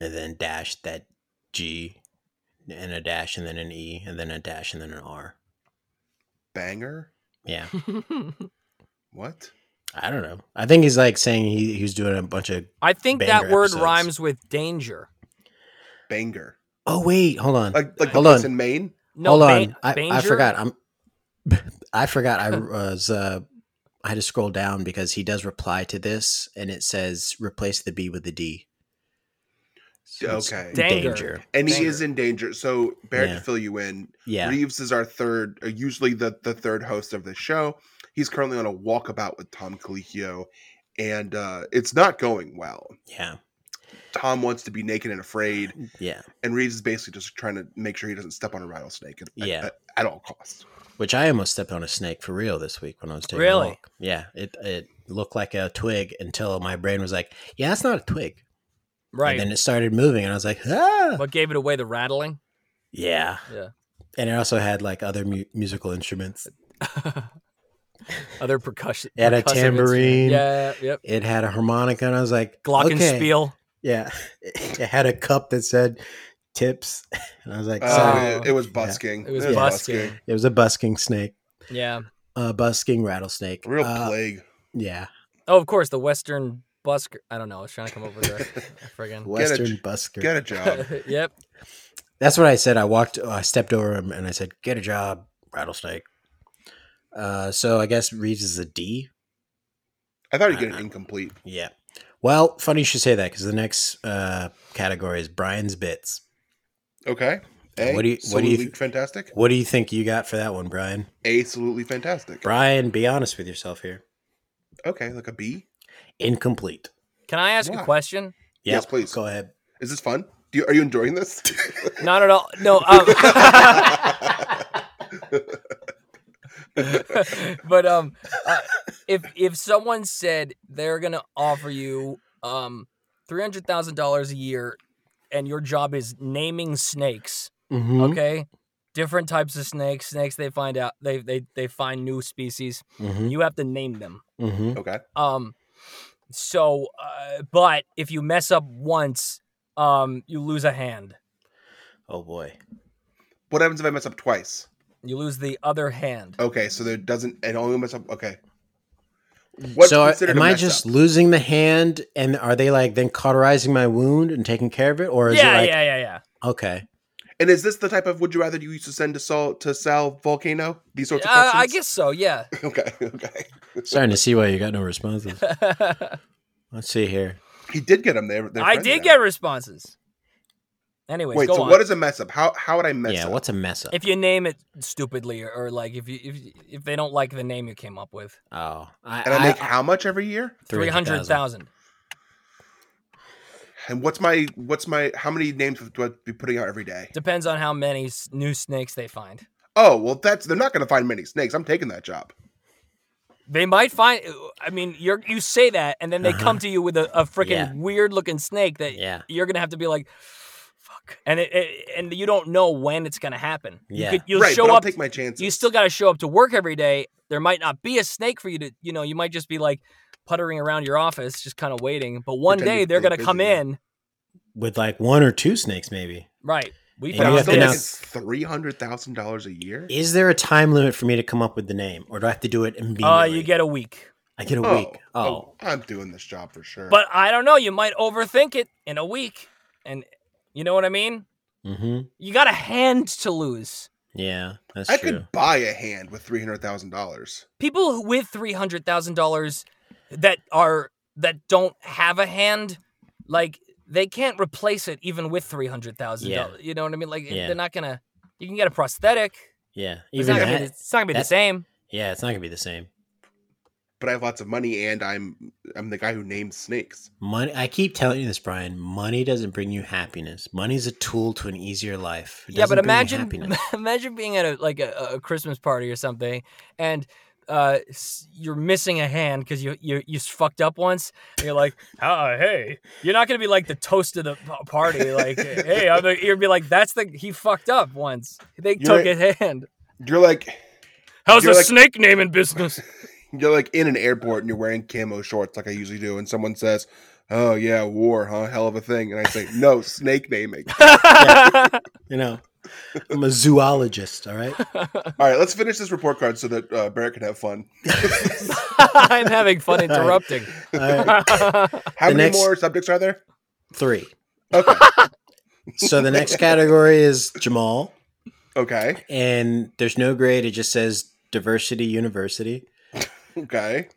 S2: and then dash that G, and a dash, and then an E, and then a dash, and then an R.
S3: banger
S2: Yeah,
S3: what
S2: I don't know. I think he's like saying he, he was doing a bunch of.
S4: I think that
S2: Banger
S4: word
S2: episodes.
S4: rhymes with danger.
S3: banger
S2: Oh wait, hold on,
S3: like like the
S2: Hold
S3: place
S2: on.
S3: in maine
S4: No,
S2: hold
S4: ban-
S2: on. I, I
S4: banger?
S2: forgot. I'm. I forgot. I was. Uh, I had to scroll down because he does reply to this, and it says replace the B with the D. So it's
S3: Okay.
S4: Danger.
S2: Danger.
S3: and he
S4: Banger.
S3: is in danger so barrett
S2: Yeah.
S3: to fill you in
S2: Yeah.
S3: Reeves is our third, uh, usually the the third host of the show. He's currently on a walkabout with Tom Colicchio, and uh, it's not going well.
S2: Yeah.
S3: Tom wants to be naked and afraid,
S2: Yeah.
S3: and Reeves is basically just trying to make sure he doesn't step on a rattlesnake at, at-
S2: Yeah.
S3: at, at all costs.
S2: Which I almost stepped on a snake for real this week when I was taking
S4: Really?
S2: a walk. Yeah. It it looked like a twig until my brain was like, "Yeah, that's not a twig."
S4: Right.
S2: And then it started moving, and I was like, "Ah."
S4: what gave it away? The rattling.
S2: Yeah.
S4: Yeah.
S2: And it also had like other mu- musical instruments.
S4: Other percussion.
S2: It had a
S4: percussive
S2: tambourine.
S4: instrument. Yeah. Yep.
S2: It had a harmonica, and I was like, "Okay."
S4: Glockenspiel.
S2: Yeah. It had a cup that said tips, and I was like,
S3: Uh,
S2: "Sorry."
S4: Oh.
S3: it, it was busking.
S4: It was
S2: Yeah.
S4: busking.
S2: "It was a busking snake."
S4: Yeah.
S2: uh, busking rattlesnake.
S3: Real
S2: Uh,
S3: plague.
S2: yeah,
S4: Oh, of course, the Western Busker. I don't know. I was trying to come up with that. Friggin'.
S2: western
S3: j-
S2: busker.
S3: Get a job.
S4: yep.
S2: That's what I said. I walked, I stepped over him, and I said, "Get a job, rattlesnake." Uh, so I guess Reeves is a D.
S3: I thought he'd get an incomplete.
S2: Yeah. Well, funny you should say that because the next uh, category is Brian's bits.
S3: Okay. A,
S2: What do you- what do you
S3: absolutely
S2: th-
S3: fantastic?
S2: What do you think you got for that one, Brian?
S3: Absolutely fantastic.
S2: Brian, be honest with yourself here.
S3: Okay, like a B.
S2: Incomplete.
S4: Can I ask
S3: Why?
S4: a question?
S2: Yep,
S3: Yes, please.
S2: Go ahead.
S3: Is this fun? Do you, are you enjoying this?
S4: Not at all. No. Um, but um, uh, if if someone said they're gonna offer you um three hundred thousand dollars a year, and your job is naming snakes,
S2: Mhm.
S4: okay, different types of snakes, snakes they find out they they they find new species.
S2: Mhm.
S4: You have to name them.
S2: Mhm.
S3: okay.
S4: Um, so, uh, but if you mess up once, um, you lose a hand.
S2: Oh boy.
S3: What happens if I mess up twice?
S4: You lose the other hand.
S3: Okay, so there doesn't. It only mess up. Okay. What's
S2: so
S3: considered
S2: am
S3: a
S2: I
S3: mess
S2: just
S3: up?
S2: losing the hand, and are they like then cauterizing my wound and taking care of it, or is
S4: yeah,
S2: it like
S4: yeah, yeah, yeah.
S2: okay?
S3: And is this the type of would you rather you used to send to Sol to Sal Volcano? These sorts of
S4: Uh,
S3: questions.
S4: I guess so. Yeah.
S3: Okay. Okay.
S2: Starting to see why you got no responses. Let's see here.
S3: He did get him there.
S4: I did get responses. Anyways,
S3: Wait.
S4: go
S3: So
S4: on.
S3: what is a mess up? How how would I mess
S2: yeah,
S3: up?
S2: what's a mess up?
S4: if you name it stupidly, or, or like if you if if they don't like the name you came up with,
S2: oh, I,
S3: and I make how much every year?
S4: three hundred thousand.
S3: And what's my what's my how many names do I be putting out every day?
S4: Depends on how many s- new snakes they find.
S3: Oh well, that's they're not going to find many snakes. I'm taking that job.
S4: They might find. I mean, you're you say that, and then they come to you with a, a freaking
S2: Uh-huh. Yeah.
S4: weird looking snake that
S2: Yeah.
S4: you're gonna have to be like, fuck, and it, it and you don't know when it's gonna happen.
S2: Yeah.
S4: you could, you'll
S3: right,
S4: show
S3: but I'll
S4: up.
S3: take my chances.
S4: you still got to show up to work every day. There might not be a snake for you to, you know, you might just be like puttering around your office, just kind of waiting. But one
S3: Pretend
S4: day
S3: you're
S4: they're
S3: still
S4: gonna come
S3: busy, yeah.
S4: in,
S2: With like one or two snakes, maybe.
S4: right? We
S2: And
S3: but
S2: you
S3: I'm
S2: have
S4: found
S2: to
S3: still
S2: now-
S4: this.
S3: making three hundred thousand dollars a year.
S2: Is there a time limit for me to come up with the name, or do I have to do it immediately?
S4: Uh, you get a week,
S2: I get a week. Oh,
S3: I'm doing this job for sure.
S4: but I don't know. You might overthink it in a week, and you know what I mean.
S2: Mm-hmm.
S4: You got a hand to lose.
S2: yeah, that's
S3: I
S2: true.
S3: could buy a hand with three hundred thousand dollars.
S4: People who- with three hundred thousand dollars that are that don't have a hand, like they can't replace it even with three hundred thousand dollars. You know what I mean? Like
S2: Yeah.
S4: they're not gonna. You can get a prosthetic.
S2: yeah,
S4: It's
S2: even
S4: not, gonna
S2: that,
S4: be, it's not gonna be the
S2: that's-
S4: same.
S2: yeah, it's not gonna be the same.
S3: But I have lots of money, and I'm I'm the guy who names snakes.
S2: Money. I keep telling you this, Brian. Money doesn't bring you happiness. Money's a tool to an easier life. It
S4: Yeah,
S2: doesn't bring
S4: but
S2: you
S4: imagine
S2: happiness.
S4: imagine being at a like a, a Christmas party or something, and uh, s- you're missing a hand because you you you s- fucked up once. And you're like, ah, hey, you're not gonna be like the toast of the p- party. Like, hey, I'm the, you'd be like, that's the he fucked up once. They
S3: You're-
S4: took his hand.
S3: You're like
S4: How's
S3: You're
S4: the
S3: like-
S4: snake naming business?
S3: you're like in an airport, and you're wearing camo shorts like I usually do, and someone says. Oh yeah, war, huh? Hell of a thing. And I say, no, snake naming.
S2: you know, I'm a zoologist. All right.
S3: All right, let's finish this report card so that uh, Barrett can have fun.
S4: I'm having fun interrupting. Oh,
S2: All right.
S3: How
S2: The
S3: many
S2: next-
S3: more subjects are there?
S2: Three.
S3: Okay.
S2: So the next category is Jamal.
S3: Okay.
S2: and there's no grade. It just says diversity university.
S3: Okay.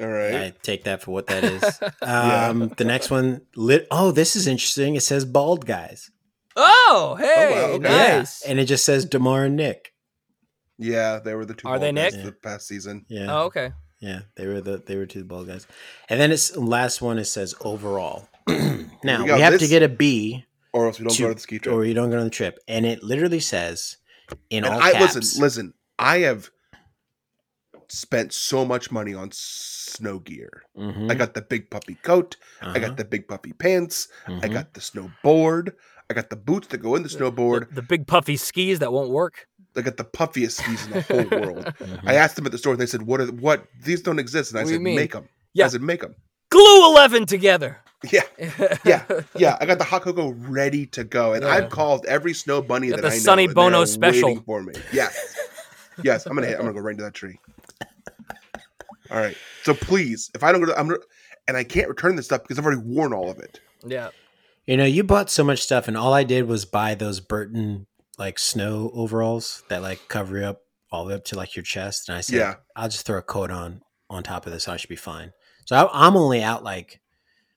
S3: All right.
S2: I take that for what that is. Um, The next one, lit. Oh, this is interesting. It says bald guys.
S4: Oh, hey,
S3: okay.
S4: nice.
S2: and it just says Demar and Nick.
S3: Yeah, they were the two.
S4: Are
S3: bald
S4: they
S3: guys
S2: Nick?
S3: The past season.
S2: Yeah,
S4: Oh, okay.
S2: yeah, they were the they were two bald guys. And then it's last one. It says overall. now
S3: we
S2: we,
S3: go.
S2: have to
S3: This-
S2: get a B,
S3: Or else we don't
S2: To-
S3: go to the ski trip.
S2: or you don't go on the trip. And it literally says in
S3: and
S2: all
S3: I
S2: caps.
S3: listen, listen. I have spent so much money on snow gear.
S2: Mhm,
S3: I got the big puppy coat. I
S2: uh-huh,
S3: got the big puppy pants. I
S2: mhm.
S3: got the snowboard. I got the boots that go in the snowboard.
S4: The, the big puffy skis that won't work.
S3: I got the puffiest skis in the whole world.
S2: Mhm.
S3: I asked them at the store, and they said, "What are what? These don't exist." And I
S4: What do you
S3: said,
S4: mean?
S3: "Make them." I
S4: Yeah.
S3: said, "Make them."
S4: Glue eleven together.
S3: Yeah, yeah, yeah. I got the hot cocoa ready to go, and
S4: Yeah.
S3: I've called every snow bunny
S4: Got
S3: that
S4: the
S3: I know.
S4: Sonny
S3: and they are
S4: Bono special.
S3: waiting for me. Yes, yes. I'm gonna hit. I'm gonna go right into that tree. All right. So please, if I don't go to, I'm gonna, and I can't return this stuff because I've already worn all of it.
S4: Yeah.
S2: You know, you bought so much stuff, and all I did was buy those Burton like snow overalls that like cover you up all the way up to like your chest. And I said,
S3: Yeah.
S2: I'll just throw a coat on on top of this. I should be fine. So I, I'm only out like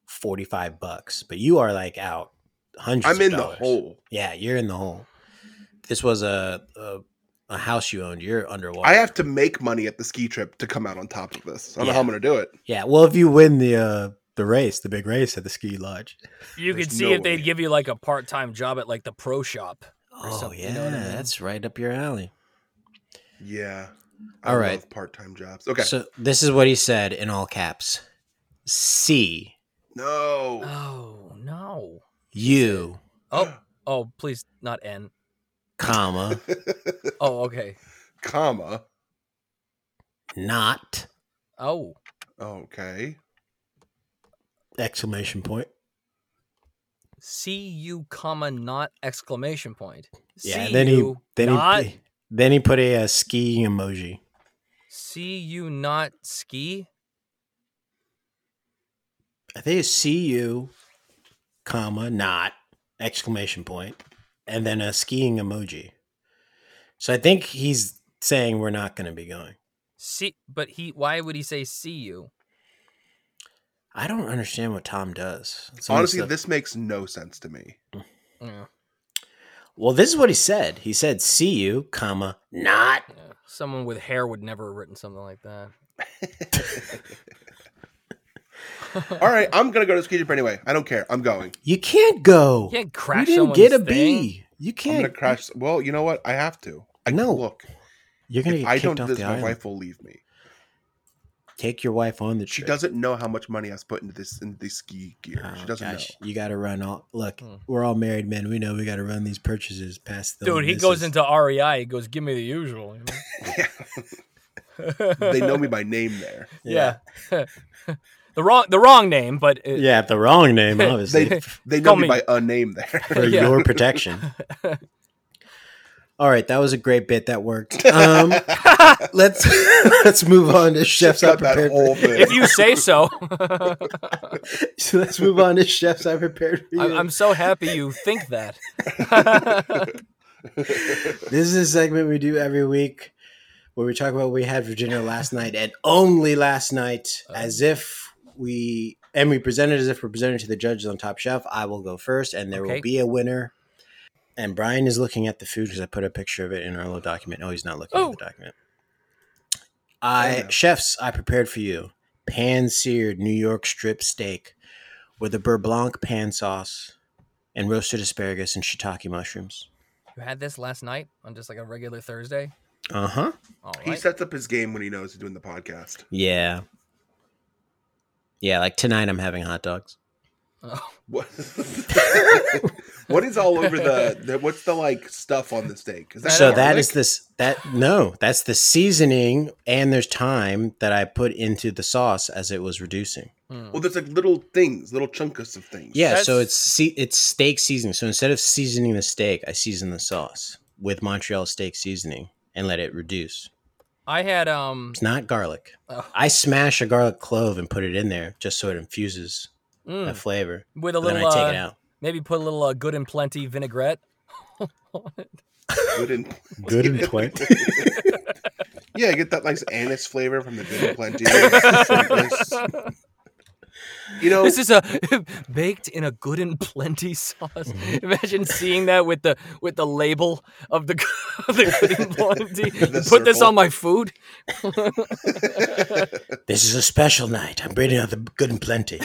S2: forty five bucks, but you are like out hundreds.
S3: I'm
S2: of
S3: in the
S2: dollars.
S3: hole.
S2: Yeah, you're in the hole. This was a a, a house you owned. You're underwater.
S3: I have to make money at the ski trip to come out on top of this. I don't know how I'm gonna do it.
S2: Yeah. Well, if you win the uh, the race, the big race at the ski lodge.
S4: You could
S3: There's
S4: see
S3: no
S4: if they'd
S3: way.
S4: give you like a part time job at like the pro shop. or
S2: Oh
S4: something,
S2: yeah,
S4: you know what I mean?
S2: that's right up your alley.
S3: Yeah.
S2: All right.
S3: Part time jobs. Okay.
S2: So this is what he said in all caps: C
S3: no.
S4: Oh no.
S2: U
S4: Oh oh please not N.
S2: comma
S4: Oh okay.
S3: Comma.
S2: not
S4: Oh
S3: Okay.
S2: exclamation point.
S4: C U comma not exclamation point.
S2: Yeah.
S4: C
S2: then he
S4: U
S2: then
S4: not
S2: he then he put a, uh ski emoji.
S4: C U not ski.
S2: I think it's C U comma not exclamation point, and then a skiing emoji. So I think he's saying we're not going to be going.
S4: C but he why would he say C U?
S2: I don't understand what Tom does. Some of the
S3: Honestly,
S2: stuff-
S3: this makes no sense to me.
S4: Yeah,
S2: Well, this is what he said. He said, "See you, comma not."
S4: yeah. Someone with hair would never have written something like that.
S3: All right, I'm gonna go to the ski trip anyway. I don't care. I'm going.
S2: You can't go.
S4: You can't crash
S2: you didn't
S4: someone's
S2: get a B.
S4: thing.
S2: You
S3: I'm
S2: can't.
S3: gonna crash. Well, you know what? I have to. I
S2: No.
S3: Look,
S2: You're gonna
S3: if
S2: get
S3: I don't
S2: kicked
S3: do
S2: off
S3: this,
S2: the
S3: my
S2: island.
S3: wife will leave me.
S2: Take your wife on the
S3: She
S2: trip.
S3: doesn't know how much money I was put into this in the ski gear.
S2: Oh,
S3: she doesn't
S2: gosh.
S3: know.
S2: You got to run all. Look,
S4: Hmm.
S2: we're all married men. We know we got to run these purchases past the.
S4: Dude, he goes into REI. He goes, "Give me the usual." you know?
S3: they know me by name there.
S4: Yeah. the wrong the wrong name, but it,
S2: Yeah, the wrong name, obviously.
S3: They they know
S4: Call
S3: me,
S4: me.
S3: by a name there.
S2: for
S4: Yeah.
S2: your protection. All right, that was a great bit. That worked. Um, let's let's move on to chefs I
S3: Got that
S2: prepared.
S3: whole
S2: For,
S3: thing.
S4: if you say so.
S2: so let's move on to chefs I prepared for you.
S4: I'm, I'm so happy you think that.
S2: this is a segment we do every week where we talk about what we had for dinner last night and only last night,
S4: Uh-huh.
S2: as if we and we presented as if we're presented to the judges on Top Chef. I will go first, and there
S4: Okay.
S2: will be a winner. And Brian is looking at the food because I put a picture of it in our little document. Oh, he's not looking
S4: Oh.
S2: at the document. I
S3: Oh, no.
S2: chefs, I prepared for you pan seared New York strip steak with a beurre blanc pan sauce and roasted asparagus and shiitake mushrooms.
S4: you had this last night on just like a regular Thursday.
S2: Uh huh.
S4: All
S3: He
S4: right.
S3: sets up his game when he knows he's doing the podcast.
S2: Yeah. Yeah, like tonight I'm having hot dogs.
S4: Oh,
S3: What, what is all over the, the what's the like stuff on the steak? Is
S2: so that
S3: garlic?
S2: is this that no, that's the seasoning and there's time that I put into the sauce as it was reducing.
S4: hmm.
S3: well, there's like little things, little chunkus of things.
S2: Yeah, so
S4: That's-
S2: it's se- it's steak seasoning. So instead of seasoning the steak, I season the sauce with Montreal steak seasoning and let it reduce.
S4: I had um.
S2: It's not garlic.
S4: oh,
S2: I smash a garlic clove and put it in there just so it infuses
S4: mm,
S2: the flavor.
S4: with a
S2: But then I
S4: little
S2: take it
S4: uh,
S2: out.
S4: maybe put a little uh, good and plenty vinaigrette.
S3: Good and-
S2: Good and plenty.
S3: yeah, get that nice anise flavor from the good and plenty. It's like nice- you know,
S4: This is a baked in a good and plenty sauce.
S2: Mm-hmm.
S4: Imagine seeing that with the with the label of the, of the good and plenty.
S3: The
S4: Put this
S3: circle.
S4: on my food.
S2: This is a special night. I'm bringing out the good and plenty.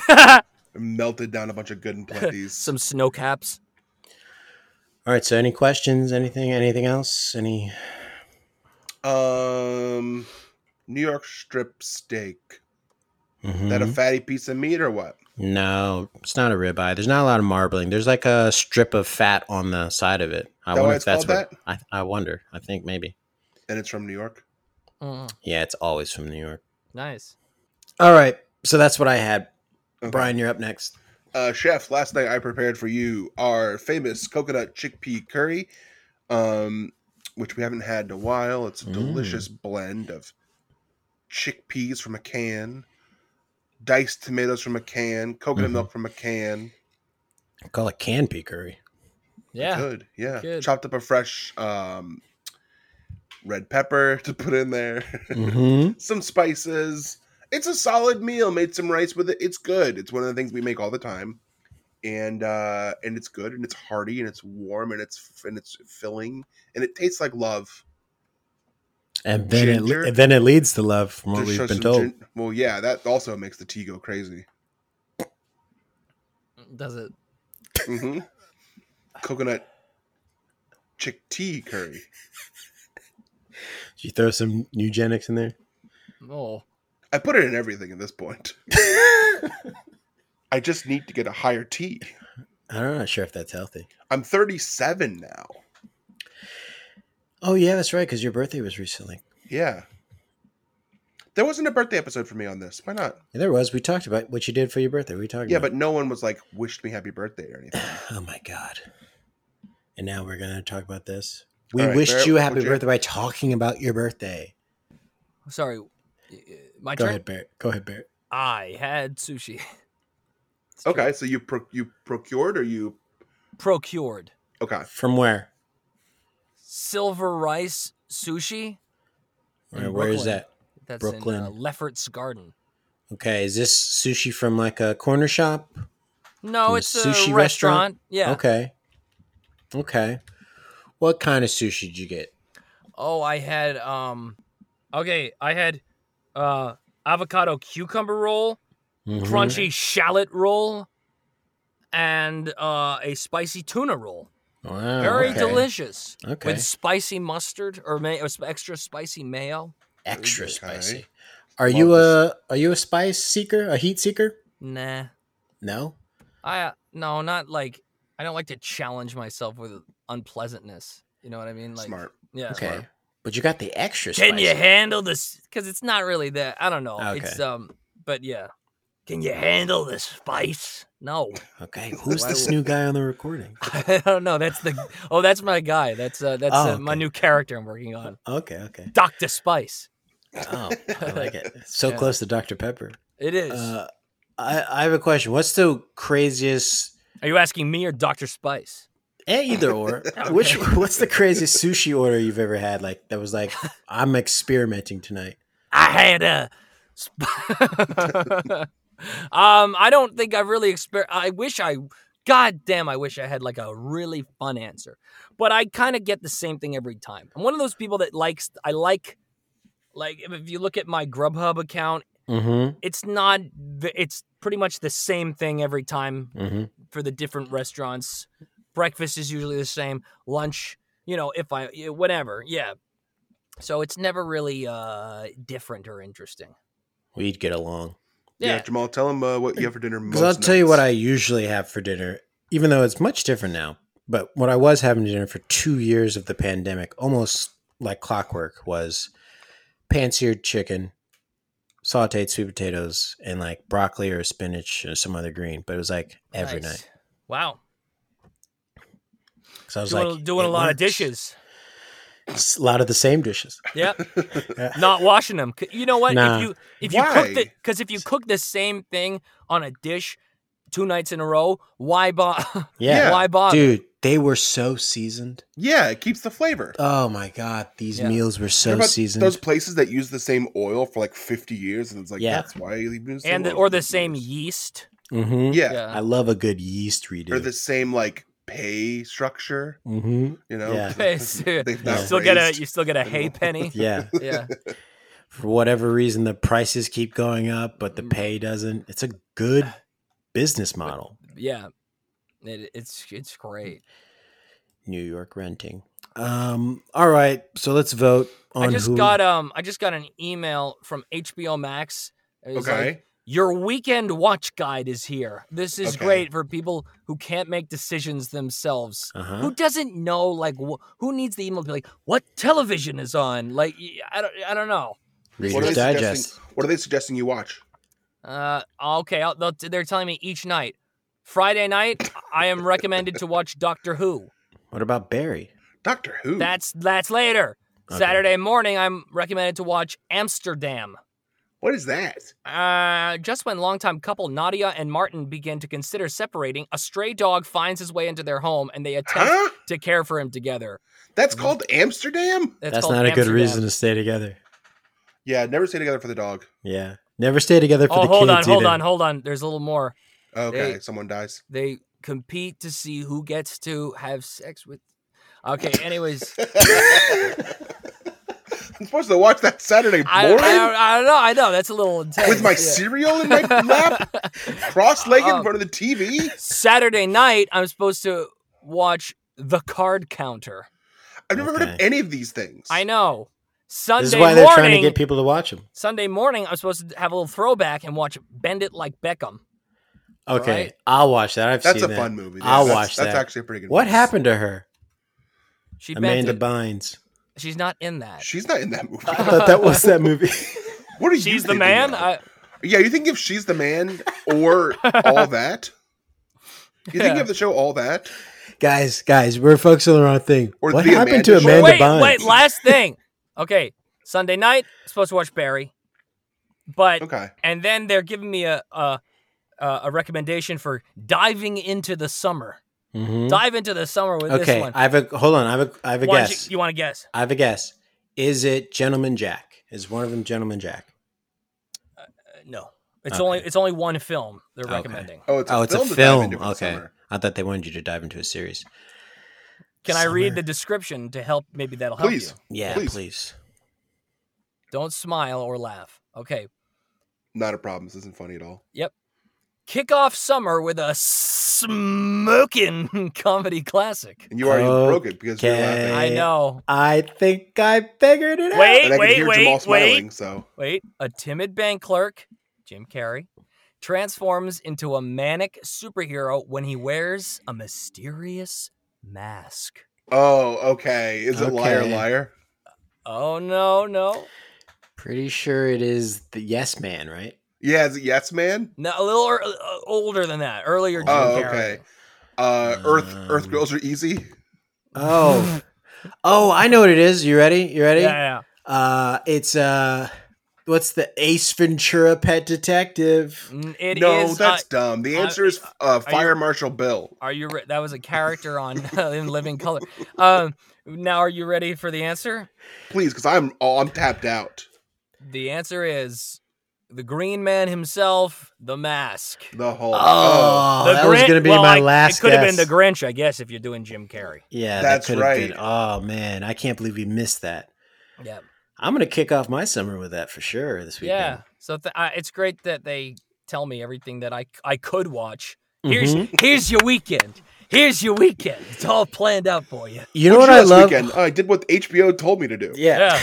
S3: melted down a bunch of good and plenties.
S4: Some snow caps.
S2: All right. So, any questions? Anything? Anything else? Any?
S3: Um, New York strip steak.
S2: Mhm.
S3: That a fatty piece of meat or what?
S2: no, it's not a ribeye. There's not a lot of marbling. There's like a strip of fat on the side of it. I
S3: That why
S2: wonder if
S3: it's
S2: that's
S3: called
S2: what. I, I wonder. I think maybe.
S3: And it's from New York.
S4: Mm,
S2: Yeah, it's always from New York.
S4: nice.
S2: All right. So that's what I had.
S3: Okay.
S2: Brian, you're up next.
S3: Uh, chef, last night I prepared for you our famous coconut chickpea curry, um, which we haven't had in a while. It's a
S2: Mm.
S3: delicious blend of chickpeas from a can, diced tomatoes from a can, coconut
S2: Mhm.
S3: milk from a can.
S2: Call it canned pea curry.
S4: Yeah.
S3: Good. Yeah.
S4: Good.
S3: Chopped up a fresh um, red pepper to put in there,
S2: Mm-hmm.
S3: some spices. It's a solid meal. Made some rice with it. It's good. It's one of the things we make all the time. And uh, and it's good and it's hearty and it's warm and it's and it's filling and it tastes like love.
S2: And then it,
S3: Ginger.
S2: and then it leads to love from what
S3: Just show
S2: we've been
S3: some
S2: told.
S3: gin- well, yeah, that also makes the tea go crazy.
S4: Does it?
S3: hmm Coconut chick tea curry.
S2: Did you throw some eugenics in there?
S4: Oh,
S3: I put it in everything at this point. I just need to get a higher tea.
S2: I'm not sure if that's healthy.
S3: I'm 37 now.
S2: Oh yeah, that's right. Because your birthday was recently.
S3: Yeah. There wasn't a birthday episode for me on this. Why not?
S2: Yeah, there was. We talked about what you did for your birthday. We talked.
S3: Yeah,
S2: about.
S3: but no one was like wished me happy birthday or anything.
S2: Oh my god! And now we're gonna talk about this. We
S3: All right,
S2: wished
S3: Barrett,
S2: you a
S3: what
S2: happy
S3: would you-
S2: birthday by talking about your birthday.
S4: sorry. Uh, My
S2: Go
S4: turn.
S2: ahead, Barrett. Go ahead, Barrett.
S4: I had sushi. It's
S3: Okay, so you pro- you procured or you
S4: true. Procured
S3: okay?
S2: From where?
S4: silver rice sushi. in
S2: Where- where is
S4: Brooklyn.
S2: that?
S4: That's in uh,
S2: Brooklyn.
S4: Lefferts Garden.
S2: Okay, is this sushi from like a corner shop?
S4: No,
S2: From a
S4: it's a
S2: sushi
S4: restaurant.
S2: restaurant?
S4: Yeah.
S2: Okay. Okay. What kind of sushi did you get?
S4: Oh, I had um okay, I had uh avocado cucumber roll,
S2: Mhm.
S4: crunchy shallot roll, and uh a spicy tuna roll.
S2: Wow,
S4: Very
S2: Oh, okay.
S4: delicious.
S2: Okay.
S4: With spicy mustard or, may- or sp- extra spicy mayo?
S2: Extra
S3: Okay.
S2: spicy. Are you
S3: Love
S2: a are you a spice seeker? A heat seeker?
S4: Nah.
S2: No.
S4: I uh, no, not like I don't like to challenge myself with unpleasantness. You know what I mean? Like
S3: Smart.
S4: Yeah.
S2: Okay. But you got the extra spicy.
S4: Can you handle this? Because it's not really that. I don't know. It's
S2: Okay.
S4: um, but yeah. Can you handle the spice? No,
S2: Okay. Who's
S4: Why
S2: this
S4: would-
S2: new guy on the recording?
S4: I don't know. That's the. Oh, that's my guy. That's uh, that's
S2: Oh,
S4: uh, my
S2: okay.
S4: new character I'm working on.
S2: Okay. Okay.
S4: Doctor Spice.
S2: Oh, I like it. So
S4: Yeah.
S2: close to Dr. Pepper.
S4: It is.
S2: Uh, I, I have a question. What's the craziest?
S4: Are you asking me or Doctor Spice?
S2: eh, Either or, which what's the craziest sushi order you've ever had? Like that was like I'm experimenting tonight.
S4: I had a. Sp- um, I don't think I've really exper. I wish I. God damn, I wish I had like a really fun answer, but I kind of get the same thing every time. I'm one of those people that likes. I like, like if you look at my Grubhub account,
S2: Mm-hmm.
S4: it's not. the- It's pretty much the same thing every time
S2: Mm-hmm.
S4: for the different restaurants. Breakfast is usually the same. Lunch, you know, if I yeah, whatever, yeah. So it's never really uh different or interesting.
S2: We'd get along.
S3: Yeah,
S4: Yeah.
S3: Jamal, tell him uh, what you have for dinner. Most
S2: Because I'll tell you what I
S3: nights.
S2: usually have for dinner, even though it's much different now. But what I was having dinner for two years of the pandemic, almost like clockwork, was pan-seared chicken, sautéed sweet potatoes, and like broccoli or spinach or some other green. But it was like every
S4: Nice.
S2: night.
S4: Wow.
S2: So I was
S4: Doing,
S2: like
S4: doing a
S2: it
S4: lot of
S2: works.
S4: dishes.
S2: It's a lot of the same dishes.
S4: Yep. Not washing them. C- You know what?
S2: Nah.
S4: If you if you cook the
S3: Why?
S4: cuz if you cook the same thing on a dish two nights in a row, why bother?
S2: Yeah,
S4: why bother?
S2: dude, they were so seasoned.
S3: yeah, it keeps the flavor.
S2: Oh my god, these
S4: Yeah.
S2: meals were
S3: What
S2: so
S3: about
S2: seasoned.
S3: Those places that use the same oil for like 50 years, and it's like
S2: Yeah.
S3: that's why you use the same
S4: And the,
S3: oil
S4: or
S3: for
S4: the
S3: 50
S4: same
S3: years.
S4: yeast.
S2: hmm
S3: Yeah.
S2: I love a good yeast redo.
S3: or the same like pay structure.
S2: hmm
S3: You know,
S2: Yeah.
S4: Yeah. Still
S3: They've not
S4: get a
S3: raised-
S4: you still get a hay penny.
S2: Yeah.
S4: Yeah.
S2: For whatever reason, the prices keep going up, but the
S4: Mm.
S2: pay doesn't. It's a good business model.
S4: Yeah. It, it's it's great.
S2: New York renting. Um. All right. So let's vote on
S4: I just
S2: who.
S4: got um I just got an email from HBO Max. It was
S3: okay.
S4: like, Your weekend watch guide is here. This is
S3: Okay.
S4: great for people who can't make decisions themselves.
S2: uh-huh.
S4: Who doesn't know like wh- who needs the email to be like what television is on? Like y- I don't I don't know.
S3: What are
S2: Reader's
S3: they
S2: Digest.
S3: suggesting- What are they suggesting you watch?
S4: Uh okay, I'll, they'll, they're telling me each night. Friday night, I am recommended to watch Doctor Who.
S2: What about Barry?
S3: Doctor Who.
S4: That's that's later.
S2: Okay.
S4: Saturday morning, I'm recommended to watch Amsterdam.
S3: What is that?
S4: Uh, just when longtime couple Nadia and Martin begin to consider separating, a stray dog finds his way into their home and they attempt
S3: Huh?
S4: to care for him together. Mm.
S3: That's called Amsterdam?
S2: That's
S4: called
S2: not a good
S4: Amsterdam.
S2: reason to stay together.
S3: Yeah, never stay together for the dog.
S2: Yeah. Never stay together for
S4: Oh,
S2: the
S4: hold on,
S2: kids
S4: hold
S2: either.
S4: on, hold on. There's a little more.
S3: Okay,
S4: Hey.
S3: someone dies.
S4: They compete to see who gets to have sex with. Okay, anyways.
S3: I'm supposed to watch that Saturday
S4: I, I,
S3: morning
S4: I don't know. I know that's a little intense.
S3: with my
S4: yeah.
S3: cereal in my lap, cross-legged in
S4: Um,
S3: front of the TV.
S4: Saturday night, I'm supposed to watch the card counter.
S3: I've never heard of
S2: Okay.
S3: any of these things.
S4: I know. Sunday
S2: This is why
S4: morning,
S2: they're trying to get people to watch them.
S4: Sunday morning, I'm supposed to have a little throwback and watch Bend It Like Beckham.
S2: Okay,
S4: Right?
S2: I'll watch that. I've
S3: That's
S2: seen
S3: a
S2: that.
S3: fun movie. Yeah,
S2: I'll
S3: that's-
S2: watch
S3: That's
S2: that.
S3: actually a pretty good.
S2: What
S3: movie.
S2: happened to her?
S4: She bent
S2: Amanda
S4: it.
S2: Bynes.
S4: She's not in that.
S3: She's not in that movie.
S2: I thought that was that movie.
S3: What are you?
S4: She's the
S3: thinking
S4: man. uh,
S3: of?
S4: I,
S3: yeah, you think if she's the man or all that? You think
S4: Yeah.
S3: of the show all that?
S2: guys, guys, we're focusing on the wrong thing.
S3: Or
S2: what
S3: The
S2: happened
S3: Amanda
S2: to
S3: Show.
S2: Amanda
S4: wait,
S2: Bynes?
S4: wait. Last thing. Okay, Sunday night, supposed to watch Barry, but
S3: Okay.
S4: and then they're giving me a a, a a recommendation for diving into the summer.
S2: Mhm.
S4: Dive into the summer with this
S2: Okay,
S4: one.
S2: I have a hold on. I have a I have a
S4: Why don't
S2: guess.
S4: You, you want to guess?
S2: I have a guess. Is it Gentleman Jack? Is one of them Gentleman Jack?
S4: Uh, no, it's
S2: Okay.
S4: only it's only one film they're
S2: Okay.
S4: recommending.
S3: Oh, it's a
S2: oh, it's
S3: film.
S2: a
S3: to dive
S2: film.
S3: into for the
S2: Okay,
S3: summer.
S2: I thought they wanted you to dive into a series.
S4: Can I
S2: Summer.
S4: read the description to help? Maybe that'll help
S3: Please.
S4: you.
S2: Yeah,
S3: Please.
S2: please.
S4: Don't smile or laugh. Okay.
S3: Not a problem. This isn't funny at all.
S4: Kick off summer with a smoking comedy classic.
S3: And you already
S2: Okay.
S3: broke it because you're laughing.
S4: I
S2: Eh.
S4: know.
S2: I think I figured it
S4: Wait,
S3: And I can
S4: wait,
S3: hear Jamal
S4: wait,
S3: smiling.
S4: wait,
S3: So
S4: wait. A timid bank clerk, Jim Carrey, transforms into a manic superhero when he wears a mysterious mask.
S3: Oh, okay. Is it liar
S2: Okay.
S3: liar?
S4: Oh no, no.
S2: out. Pretty sure it is the Yes Man, right?
S3: Yeah, is it yes man?
S4: No, a little or, uh, older than that. Earlier Jim
S3: Oh,
S4: Carrey.
S3: okay. Uh Earth Earth
S2: Um,
S3: Girls Are Easy.
S2: Oh, oh, I know what it is. You ready? You
S4: Yeah,
S2: ready?
S4: yeah.
S2: Uh, it's uh, what's the Ace Ventura Pet Detective?
S4: Mm, It is.
S3: no,
S4: uh,
S3: that's dumb. The
S4: uh,
S3: answer is uh,
S4: you-
S3: Fire Marshal Bill.
S4: Are you? Re- that was a character on uh, in Living Color. Um, now, are you ready for the answer?
S3: Please, because I'm oh, I'm tapped out.
S4: The answer is the Green Man himself, the Mask.
S3: The whole
S2: Oh,
S4: the
S2: that was
S4: Grin-
S2: gonna be
S4: well,
S2: my
S4: I-
S2: last.
S4: It could have been
S2: guess.
S4: the Grinch, I guess, if you're doing Jim Carrey.
S2: Yeah,
S3: That's
S2: that could have
S3: right.
S2: Been, oh man, I can't believe we missed that.
S4: Yeah,
S2: I'm gonna kick off my summer with that for sure this weekend.
S4: yeah. So th- uh, it's great that they tell me everything that I I could watch. Here's
S2: Mhm.
S4: here's your weekend. Here's your weekend. It's all planned out for you.
S2: You know
S3: What'd
S2: what I
S3: you do this
S2: love?
S3: Weekend? Oh, I did what HBO told me to do.
S2: Yeah.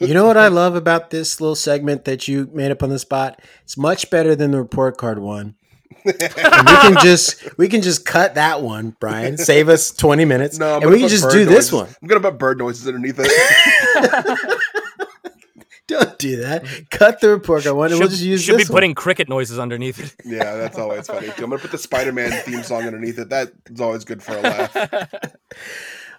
S2: you know what I love about this little segment that you made up on the spot? It's much better than the report card one. and we can just we can just cut that one, Brian. Save us 20 minutes.
S3: No, I'm
S2: and
S3: gonna
S2: we can
S3: put
S2: just
S3: bird
S2: do this
S3: noises-
S2: one.
S3: I'm gonna put bird noises underneath it.
S2: Don't do that. Cut the report card one and
S4: should
S2: we'll just use
S4: should
S2: this
S4: be
S2: one.
S4: putting cricket noises underneath it.
S3: yeah, that's always funny too. I'm gonna put the Spider-Man theme song underneath it. That's always good for a laugh.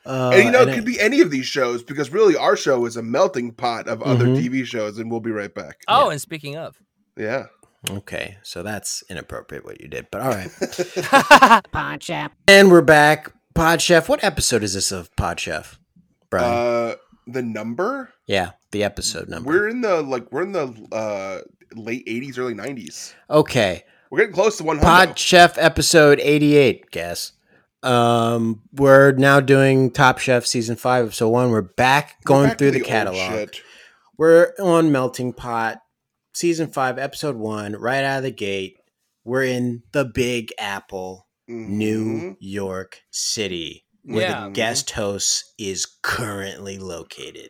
S2: Uh,
S3: and you know,
S2: and
S3: it
S2: I-
S3: could be any of these shows because really our show is a melting pot of other
S2: Mhm.
S3: TV shows, and we'll be right back.
S4: Oh, and speaking of,
S3: Yeah.
S2: Okay, so that's inappropriate what you did, but all right.
S5: Pawn Shop.
S2: And we're back. Pod Chef, what episode is this of Pod Chef? Brian.
S3: Uh the number?
S2: yeah, the episode number.
S3: We're in the like we're in the uh late eighties, early nineties.
S2: okay.
S3: We're getting close to one hundred.
S2: Pod Chef episode 88, guess. Um, we're now doing Top Chef season 5 episode 1. We're back going through the, catalog. We're on Melting Pot season 5 episode 1 right out of the gate. We're in the Big Apple,
S3: Mm-hmm.
S2: New York City. Where
S4: Yeah.
S2: the guest host is currently located.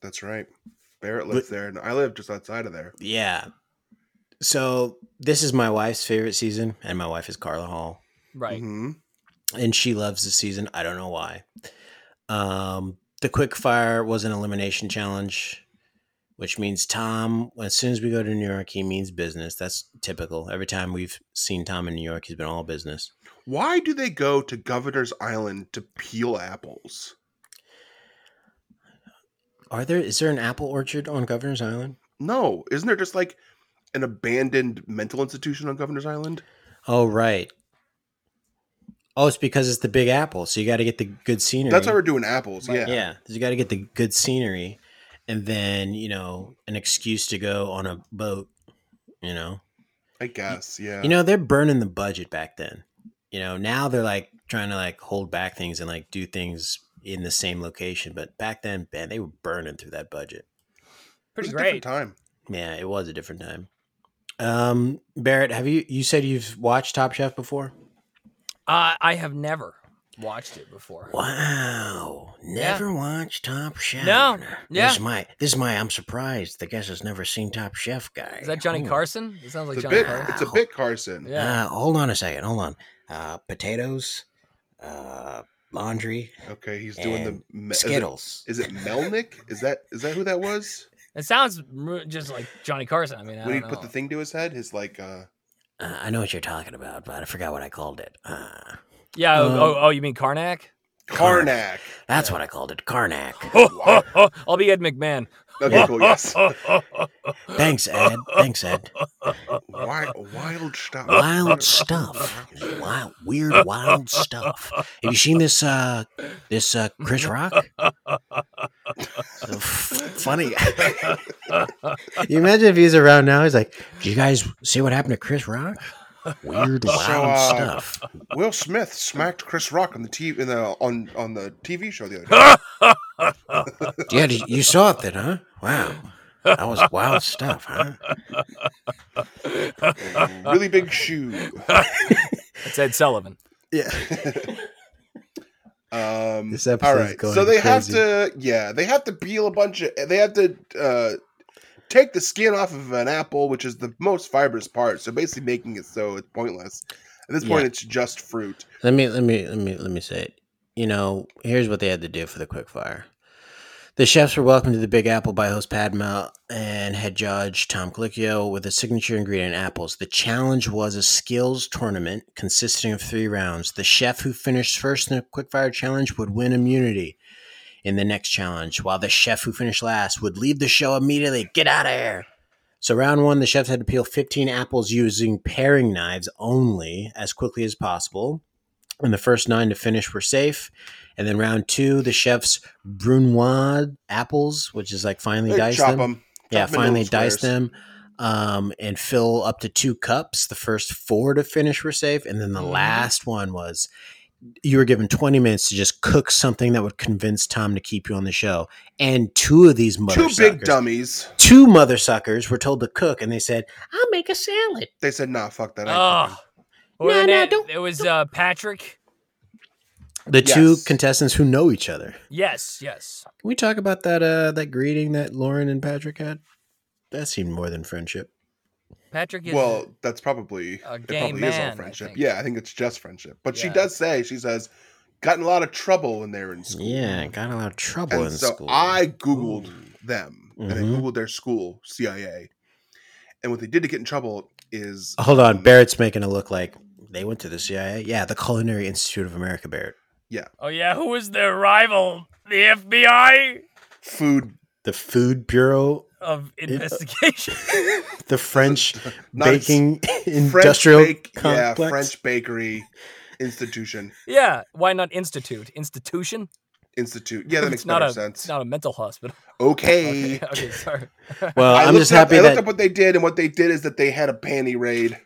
S3: That's right. Barrett lives there, and I live just outside of there.
S2: Yeah. So this is my wife's favorite season, and my wife is Carla Hall,
S4: right?
S2: Mm-hmm.
S3: Mhm.
S2: and she loves this season. I don't know why. Um, the quick fire was an elimination challenge, which means Tom. As soon as we go to New York, he means business. That's typical. Every time we've seen Tom in New York, he's been all business.
S3: Why do they go to Governor's Island to peel apples?
S2: Are there? Is there an apple orchard on Governor's Island?
S3: No, isn't there just like an abandoned mental institution on Governor's Island?
S2: Oh right. Oh, it's because it's the Big Apple, so you got to get the good scenery.
S3: That's why we're doing apples.
S2: yeah.
S3: Yeah.
S2: so you got to get the good scenery, and then you know an excuse to go on a boat. You know,
S3: I guess. Yeah.
S2: you know they're burning the budget back then. You know, now they're like trying to like hold back things and like do things in the same location, but back then, man, they were burning through that budget.
S3: It was
S6: Pretty
S3: a different
S6: great.
S3: time.
S2: Yeah, it was a different time. Um, Barrett, have you you said you've watched Top Chef before?
S4: Uh, I have never watched it before.
S2: Wow. Never watched Top Chef.
S4: No, yeah.
S2: This is my this is my I'm surprised. The guest has never seen Top Chef guy.
S4: Is that Johnny
S2: Ooh.
S4: Carson? It sounds like
S3: It's a
S4: Johnny
S3: bit.
S4: Carson.
S3: It's a bit Carson.
S4: Yeah.
S2: Uh, hold on a second. Hold on. Uh, potatoes, uh, laundry,
S3: Okay, he's doing
S2: And
S3: the me- is it-
S2: Skittles.
S3: Is it Melnick? Is that is that who that was?
S4: It sounds r- just like Johnny Carson. I mean, I
S3: when he
S4: don't
S3: put the
S4: know.
S3: thing to his head, his like uh
S2: uh, I know what you're talking about, but I forgot what I called it. Uh,
S4: Yeah. oh
S2: Uh,
S4: oh, oh, you mean Karnak?
S3: Karnak.
S2: that's what I called it. Karnak.
S4: I'll be Ed McMahon.
S3: Okay, cool. Yes.
S2: Thanks, Ed. Thanks, Ed.
S3: Wild, wild stuff.
S2: Wild stuff. Wild, weird, wild stuff. Have you seen this? Uh, this uh, Chris Rock. So f- funny. you imagine if he's around now? He's like, "Do you guys see what happened to Chris Rock? Weird, wild
S3: uh,
S2: stuff."
S3: Will Smith smacked Chris Rock on the TV in the on on the TV show the other day.
S2: Yeah, did- you saw it then, huh? Wow, that was wild stuff, huh?
S3: really big shoe.
S4: It's Ed Sullivan.
S2: Yeah.
S3: Um,
S2: This episode's
S3: all right.
S2: going
S3: so they have
S2: crazy.
S3: to, yeah, they have to peel a bunch of, they have to uh, take the skin off of an apple, which is the most fibrous part. So basically, making it so it's pointless. At this point,
S2: Yeah.
S3: it's just fruit.
S2: Let me let me let me let me say it. You know, here's what they had to do for the quick fire. The chefs were welcomed to the Big Apple by host Padma and head judge Tom Colicchio with a signature ingredient apples. The challenge was a skills tournament consisting of three rounds. The chef who finished first in the quickfire challenge would win immunity in the next challenge, while the chef who finished last would leave the show immediately. Get out of here. So, round one, the chefs had to peel 15 apples using paring knives only as quickly as possible and the first nine to finish were safe. And then round two, the chef's brunoise apples, which is like finely
S3: They
S2: diced
S3: chop
S2: them.
S3: them.
S2: yeah,
S3: chop 'em into
S2: finally
S3: little
S2: dice
S3: squares.
S2: them, um, and fill up to two cups. The first four to finish were safe, and then the
S3: Mm-hmm.
S4: Mhm.
S2: last one was you were given twenty minutes to just cook something that would convince Tom to keep you on the show. And two of these mother
S3: Two big
S2: suckers,
S3: dummies.
S2: two mother suckers, were told to cook, and they said, "I'll make a salad."
S3: They said, nah, fuck that. I ain't
S4: Oh. What was
S5: No,
S4: it,
S5: no,
S4: Ed?
S5: don't-
S4: It was uh, Patrick.
S2: The two
S3: Yes.
S2: contestants who know each other.
S4: Yes, yes.
S2: Can we talk about that uh that greeting that Lauren and Patrick had? That seemed more than friendship.
S4: Patrick
S3: fucking-
S4: is.
S3: Well, that's probably
S4: A
S3: it probably
S4: gay
S3: is
S4: man,
S3: all
S4: I
S3: friendship.
S4: think.
S3: yeah, I think it's just friendship. But she
S4: Yeah.
S3: does say she says, "Got in a lot of trouble when they were in school."
S2: Yeah, got in a lot of trouble
S3: and
S2: in
S3: so
S2: school.
S3: I googled them and I
S2: Mhm.
S4: Mm-hmm.
S3: googled their school CIA, and what they did to get in trouble
S4: Oh,
S3: is
S2: Hold on,
S3: um,
S2: Barrett's making it look like they went to the CIA. Yeah, the Culinary Institute of America, Barrett.
S4: oh yeah, who was their rival? The FBI
S3: food
S2: The Food Bureau,
S4: of investigation.
S2: the French
S3: Not-
S2: baking
S3: French
S2: industrial
S3: bake-
S2: complex.
S3: yeah French bakery institution
S4: yeah, why not institute? Institution?
S3: institute. Yeah, that makes
S4: it's not
S3: better
S4: a,
S3: sense.
S4: It's not a mental hospital.
S3: okay.
S4: Okay, okay, sorry.
S2: Well,
S3: I
S2: I'm
S3: looked
S2: just
S3: up-
S2: happy
S3: I looked
S2: that
S3: up what they did, and what they did is that they had a panty raid.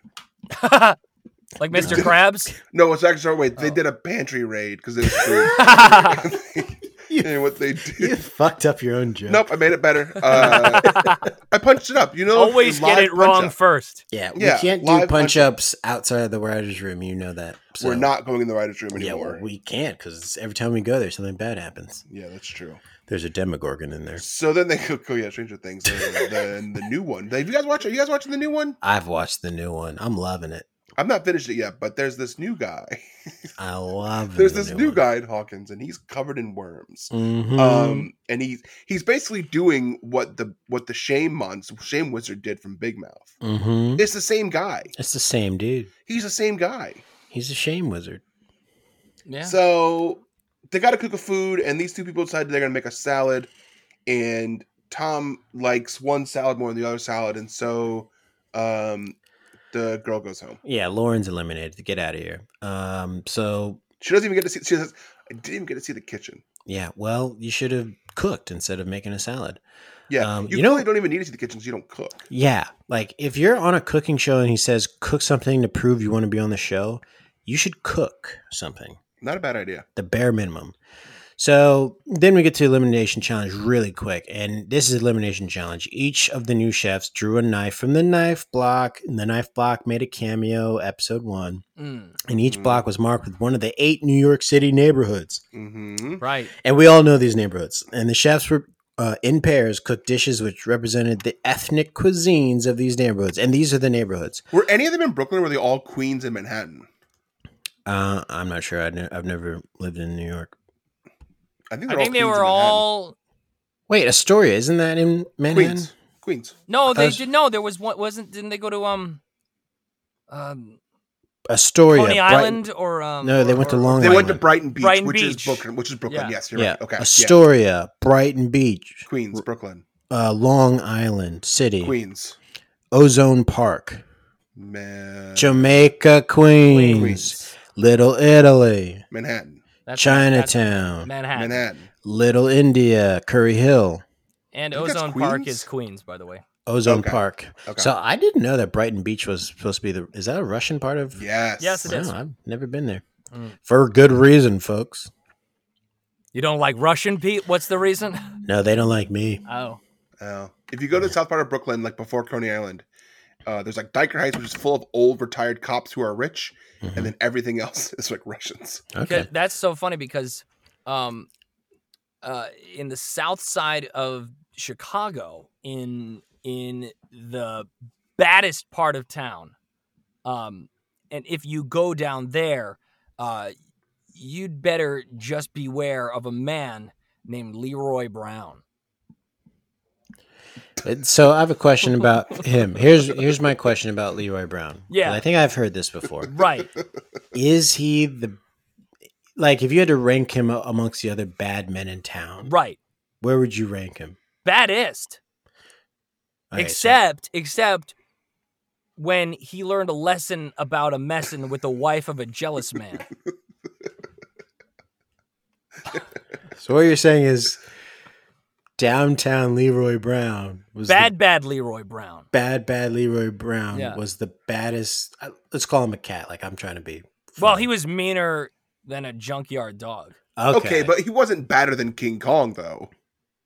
S4: like Mr. Krabs.
S3: No, it's actually wait. They
S4: Oh.
S3: did a pantry raid because it was food. and what they
S2: you
S3: did.
S2: fucked up your own joke.
S3: Nope, I made it better. Uh, I punched it up. You know,
S4: Always get
S3: live
S4: it wrong
S3: punch-up.
S4: first.
S2: Yeah,
S3: Yeah,
S2: we can't do
S3: live
S2: punch ups outside of the writers' room. You know that.
S3: We're
S2: So-
S3: not going in the writers' room
S2: Yeah,
S3: anymore.
S2: well, we can't because every time we go there, something bad happens.
S3: Yeah, that's true.
S2: There's a Demogorgon in there.
S3: So then they go, oh yeah, Stranger Things, then, then the new one. Have you guys watched? Are you guys watching the new one?
S2: I've watched the new one. I'm loving it.
S3: I'm not finished it yet, but there's this new guy.
S2: I love.
S3: There's this new guy in Hawkins, and he's covered in worms.
S2: hmm
S3: Um, and he's he's basically doing what the what the Shame Mons Shame Wizard did from Big Mouth.
S2: hmm
S3: It's the same guy.
S2: It's the same dude.
S3: He's the same guy.
S2: He's a shame wizard.
S4: Yeah.
S3: So they got to cook a food, and these two people decided they're gonna make a salad, and Tom likes one salad more than the other salad, and so um, the girl goes home.
S2: Yeah, Lauren's eliminated. Get out of here. Um, so
S3: She doesn't even get to see. She says, "I didn't even get to see the kitchen."
S2: yeah, well, you should have cooked instead of making a salad.
S3: Yeah,
S2: Um,
S3: you,
S2: you know-
S3: really don't even need to see the kitchen. 'cause You don't cook.
S2: Yeah, like if you're on a cooking show and he says cook something to prove you want to be on the show, you should cook something.
S3: Not a bad idea.
S2: the bare minimum. So then we get to elimination challenge really quick, and this is elimination challenge. Each of the new chefs drew a knife from the knife block, and the knife block made a cameo episode one,
S4: Mm,
S2: and each
S3: Mhm.
S2: block was marked with one of the eight New York City neighborhoods,
S3: hmm
S4: right.
S2: and we all know these neighborhoods. And the chefs were uh, in pairs cooked dishes which represented the ethnic cuisines of these neighborhoods, and these are the neighborhoods.
S3: Were any of them in Brooklyn? Or were they all Queens and Manhattan?
S2: Uh, I'm not sure. I ne- I've never lived in New York.
S3: I think,
S4: I
S3: they're
S4: think they
S3: Queens and
S4: were all.
S2: Wait, Astoria isn't that in Manhattan?
S3: Manhattan. Queens. Queens.
S4: No, they
S2: Because-
S4: did. No, there was one. Wasn't? Didn't they go to um, um,
S2: Astoria,
S4: Coney
S2: Brighton-
S4: Island or um?
S2: Oh, No, they
S4: or-
S2: went to
S4: or-
S2: Long
S3: They went to
S2: Island.
S3: Brighton Beach,
S4: Brighton
S3: which
S4: Beach.
S3: is Brooklyn, which is Brooklyn.
S4: Yeah.
S3: Yes, you're
S2: Yeah,
S3: right. Okay, yeah.
S2: Astoria, Brighton Beach,
S3: Queens, Brooklyn,
S2: uh, Long Island City,
S3: Queens,
S2: Ozone Park,
S3: Man-
S2: Jamaica, Queens,
S3: Queens,
S2: Little Italy,
S3: Manhattan,
S4: That's- that's
S2: Chinatown,
S4: Manhattan.
S3: Manhattan.
S2: Little India, Curry Hill,
S4: And
S3: I think that's
S4: Ozone Park
S3: Queens.
S4: is Queens, by the way.
S2: Ozone
S3: Okay.
S2: Park.
S3: Okay.
S2: So I didn't know that Brighton Beach was supposed to be the. Is that a Russian part of?
S3: Yes.
S4: Yes, it
S2: Wow,
S4: is.
S2: I've never been there.
S4: Mm.
S2: For good reason, folks.
S4: You don't like Russian, Pete? What's the reason?
S2: No, they don't like me.
S4: Oh,
S3: Oh. If you go to the south part of Brooklyn, like before Coney Island, uh, there's like Diker Heights, which is full of old retired cops who are rich,
S2: Mm-hmm.
S3: and then everything else is like Russians.
S2: Okay.
S4: That- that's so funny because, um, uh, in the South Side of Chicago, in in the baddest part of town, um, and if you go down there, uh, you'd better just beware of a man named Leroy Brown.
S2: So I have a question about him. Here's here's my question about Leroy Brown.
S4: Yeah.
S2: And I think I've heard this before.
S4: Right.
S2: is he the like if you had to rank him a- amongst the other bad men in town
S4: Right.
S2: where would you rank him
S4: Baddest.
S2: Okay, so-
S4: except, except when he learned a lesson about a messin with the wife of a jealous man.
S2: so, what you're saying is downtown leroy brown was
S4: bad,
S2: the,
S4: bad Leroy Brown.
S2: bad bad leroy brown
S4: Yeah.
S2: was the baddest I- let's call him a cat like i'm trying to be
S4: Well,
S2: fun.
S4: he was meaner than a junkyard dog.
S2: okay,
S3: Okay. but he wasn't badder than King Kong, though.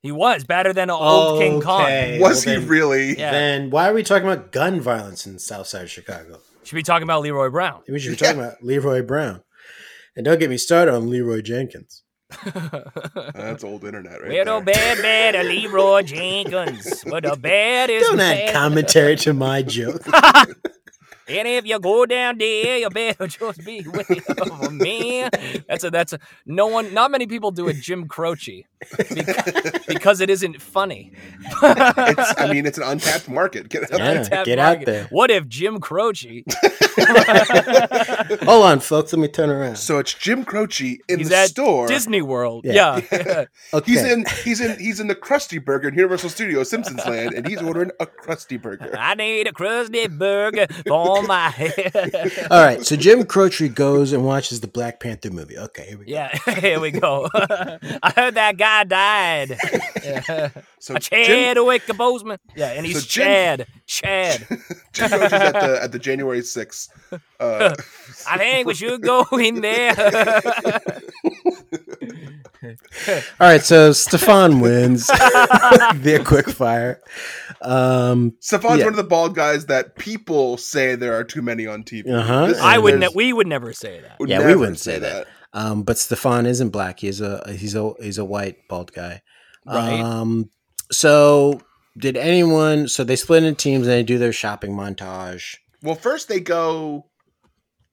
S4: He was better than an old King Kong.
S2: Okay,
S3: Was
S2: well
S3: he
S2: then-
S3: really?
S4: Yeah.
S2: then why are we talking about gun violence in the south side of chicago
S4: Should be talking about Leroy Brown.
S2: we should be talking about leroy brown and don't get me started on leroy jenkins
S3: Uh, That's old internet, right?
S4: We're the
S3: there.
S4: bad, bad of Leroy Jenkins. We're the baddest.
S2: don't add
S4: bad.
S2: commentary to my joke
S4: And if you go down there, you better just be of a man. That's a that's a no one not many people do a Jim Croce beca- because it isn't funny.
S3: It's, I mean, it's an untapped market. Get out
S2: Yeah,
S4: Untapped
S2: get out there.
S4: What if Jim Croce?
S2: Hold on, folks. Let me turn around.
S3: So it's Jim Croce in
S4: He's
S3: the
S4: at
S3: store.
S4: Disney World.
S2: Yeah.
S4: Yeah.
S2: okay.
S3: He's in he's in he's in the Krusty Burger in Universal Studios Simpsons Land, and he's ordering a Krusty Burger.
S4: I need a crusty burger for my head.
S2: All right. So Jim Croce goes and watches the Black Panther movie. Okay, here we go.
S4: Yeah, here we go. I heard that guy died. Yeah.
S3: So
S4: A
S3: Jim,
S4: Chadwick Boseman. Yeah, and he's
S3: So Jim-
S4: Chad. Chad.
S3: Jim Croce's at the at the January sixth. Uh,
S4: I think we should go in there.
S2: All right. So Stefan wins the quick fire. Um,
S3: Stefan's
S2: Yeah.
S3: one of the bald guys that people say there are too many on TV.
S2: Uh-huh.
S3: This-
S4: I would. Ne-
S3: there's-
S4: we would never say that.
S3: would
S2: yeah, we
S3: never
S2: wouldn't say that. um, but Stefan isn't black. He's a he's a he's a white bald guy.
S4: Right.
S2: Um, so did anyone? So they split into teams and they do their shopping montage.
S3: Well, first they go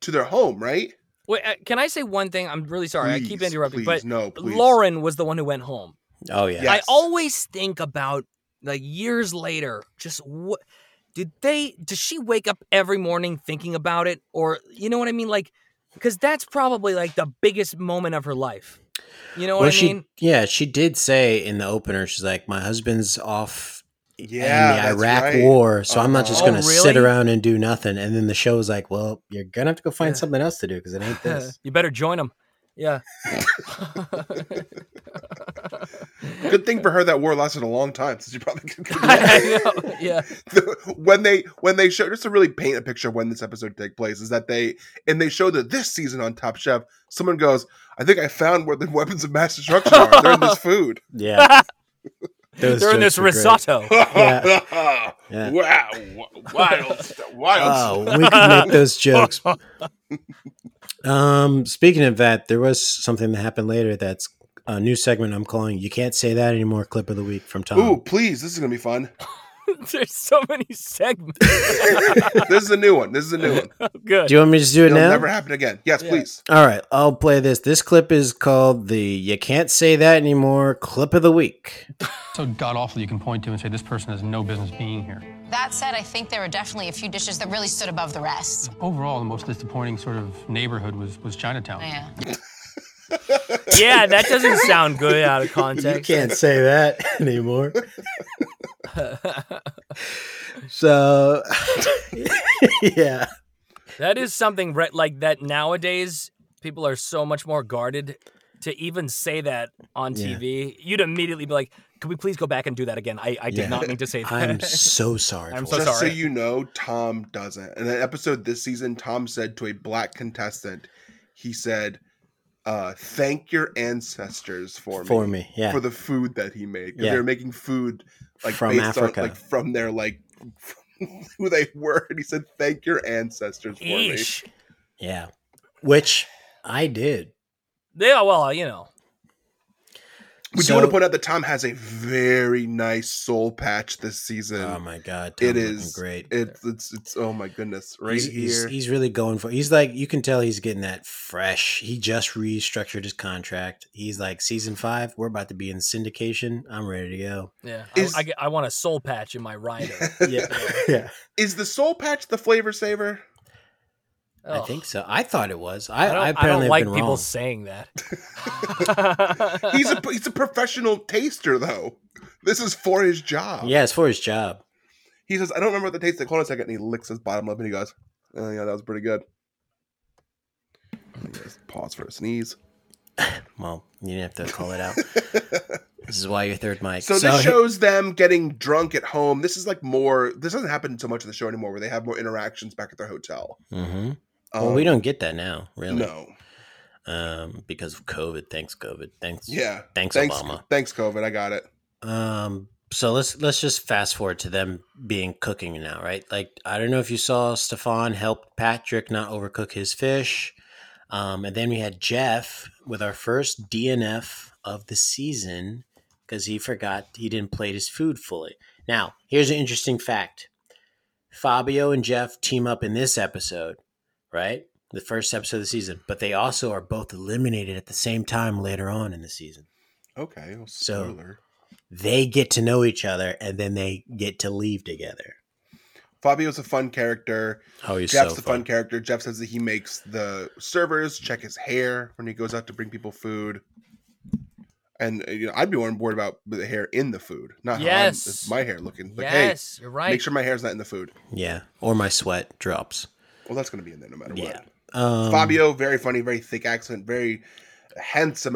S3: to their home, right?
S4: Wait, uh, can I say one thing? I'm really sorry. I keep
S3: Please,
S4: interrupting,
S3: please,
S4: but
S3: no, please.
S4: Lauren was the one who went home.
S2: Oh yeah.
S3: Yeah.
S4: I
S3: Yes.
S4: always think about like years later. Just what did they? Does she wake up every morning thinking about it, or you know what I mean? Like, because that's probably like the biggest moment of her life. You know what
S2: well,
S4: I
S2: she
S4: mean?
S2: yeah, she did say in the opener, she's like, my husband's off
S3: Yeah,
S2: in
S3: that's
S2: the Iraq
S3: right.
S2: War, so I'm not just
S4: Oh,
S2: gonna sit
S4: really?
S2: around and do nothing. And then the show was like, well, you're gonna have to go find
S4: Yeah.
S2: something else to do because it ain't this.
S4: you better join them. Yeah.
S3: Good thing for her that war lasted a long time since you probably could.
S4: I know, Yeah.
S3: when they when they show just to really paint a picture of when this episode take place is that they and they show that this season on Top Chef, someone goes, "I think I found where the weapons of mass destruction are. They're in this food."
S2: yeah, Those
S4: They're in
S2: jokes
S4: this
S2: were great.
S4: risotto.
S2: Yeah. Yeah.
S3: Wow, wild, wild.
S2: Oh, we could make those jokes. Um, speaking of that, there was something that happened later. That's a new segment I'm calling. You can't say that anymore. Clip of the week from Tom.
S3: Ooh, please, this is gonna be fun.
S4: There's so many segments.
S3: this is a new one. This is a new one.
S4: Good.
S2: Do you want me to just do it
S3: It'll
S2: now?
S3: never happen again. Yes,
S4: Yeah.
S3: please.
S2: All right, I'll play this. This clip is called the "You Can't Say That Anymore" clip of the week.
S6: so god awful you can point to and say this person has no business being here.
S7: That said, I think there were definitely a few dishes that really stood above the rest.
S6: Overall, the most disappointing sort of neighborhood was was Chinatown.
S7: Yeah.
S4: Yeah, that doesn't sound good out of
S2: You
S4: context.
S2: can't say that anymore. so, yeah,
S4: That is something Brett, like that nowadays people are so much more guarded to even say that on
S2: Yeah.
S4: TV. You'd immediately be like, "Can we please go back and do that again? I, I did
S2: Yeah.
S4: not mean to say that."
S2: I'm so sorry.
S4: I'm
S2: for
S4: so
S2: that.
S3: Just
S4: sorry.
S3: so you know, Tom doesn't. In an episode this season, Tom said to a black contestant, he said, uh, thank your ancestors for me.
S2: for me. Yeah,
S3: For the food that he made. 'Cause
S2: Yeah.
S3: They were making food like
S2: From
S3: based
S2: Africa.
S3: on like from their like who they were. And he said, Thank your ancestors for
S4: Eesh.
S2: yeah, which I did.
S4: Yeah, well, you know.
S3: me. We
S2: So-
S3: do want to point out that Tom has a very nice soul patch this season.
S2: Oh my god, Tom's
S3: it
S2: looking
S3: is
S2: great.
S3: It's it's it's oh my goodness. Right
S2: he's,
S3: here.
S2: he's, he's really going for he's like you can tell he's getting that fresh he just restructured his contract he's like season five we're about to be in syndication i'm ready to go
S4: Yeah.
S3: Is-
S4: I, I, get- I want a soul patch in my rider.
S2: yeah yeah
S3: Is the soul patch the flavor saver?
S2: i
S4: Ugh.
S2: think so i thought it was i, I,
S4: I Oh, don't, I
S2: apparently
S4: don't
S2: have
S4: like
S2: been
S4: people
S2: wrong.
S4: saying that.
S3: he's a he's a professional taster though. This is for his job.
S2: yeah it's for his job
S3: He says, I don't remember what the taste like. Hold on a second. And he licks his bottom lip and he goes, Oh yeah, that was pretty good. And he goes, Pause for a sneeze.
S2: well you didn't have to call it out this is why you're third mic
S3: So, this shows them getting drunk at home. This is like more this doesn't happen so much in the show anymore where they have more interactions back at their hotel.
S2: Mhm. well we
S3: Um,
S2: don't get that now really
S3: No.
S2: um because of covid thanks covid thanks
S3: Yeah.
S2: thanks,
S3: Thanks
S2: obama
S3: thanks, COVID. I got it.
S2: Um. So let's let's just fast forward to them being cooking now, right? Like I don't know if you saw Stefan helped Patrick not overcook his fish, um, and then we had Jeff with our first DNF of the season because he forgot he didn't plate his food fully. Now here's an interesting fact: Fabio and Jeff team up in this episode, right? The first episode of the season, but they also are both eliminated at the same time later on in the season
S3: Okay. Well,
S2: So-
S3: spoiler.
S2: they get to know each other and then they get to leave together.
S3: Fabio's a fun character.
S2: Oh, he's
S3: Jeff's
S2: so
S3: the fun
S2: fun.
S3: character. Jeff says that he makes the servers check his hair when he goes out to bring people food. And uh, you know, I'd be more bored about the hair in the food, not
S4: Yes.
S3: how I'm- it's my hair looking. Like,
S4: yes, you're
S3: hey,
S4: right.
S3: make sure my hair's not in the food.
S2: Yeah, or my sweat drops.
S3: Well, that's going to be in there no matter
S2: Yeah.
S3: what.
S2: Um,
S3: Fabio, very funny, very thick accent, very handsome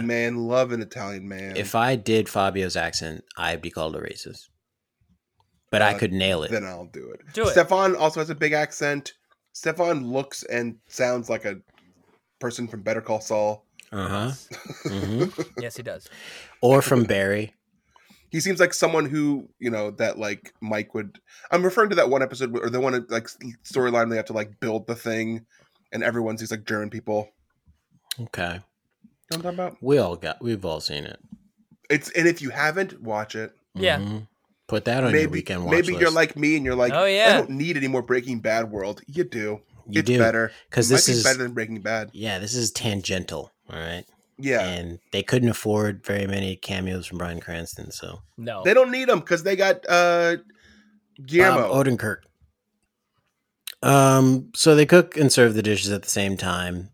S2: Yeah.
S3: man. Love an Italian man.
S2: If I did Fabio's accent, I'd be called a racist. But I
S3: Uh,
S2: could nail it.
S3: then I'll do it.
S4: Do it.
S3: Stefan also has a big accent. Stefan looks and sounds like a person from Better Call Saul.
S2: Uh huh. hmm
S4: yes, he does.
S2: Or from Barry.
S3: He seems like someone who, you know, that like Mike would. I'm referring to that one episode where- or the one like storyline they have to like build the thing, and everyone's these like German people.
S2: Okay,
S3: You know what I'm talking about?
S2: we all got. We've all seen it.
S3: It's and if you haven't, watch it.
S4: Yeah.
S2: Mhm. Put that on your
S3: Maybe
S2: weekend watch
S3: maybe you're
S2: list.
S3: like me and you're like,
S4: Oh,
S3: I
S4: yeah.
S3: don't need any more Breaking Bad world. You do.
S2: You
S3: it's
S2: do,
S3: better
S2: 'cause
S3: Might
S2: this
S3: be
S2: is-
S3: better than Breaking Bad.
S2: yeah, this is tangential. All right,
S3: Yeah,
S2: and they couldn't afford very many cameos from Brian Cranston, so
S4: No.
S3: they don't need them because they got uh Guillermo.
S2: Bob Odenkirk. Um, so they cook and serve the dishes at the same time.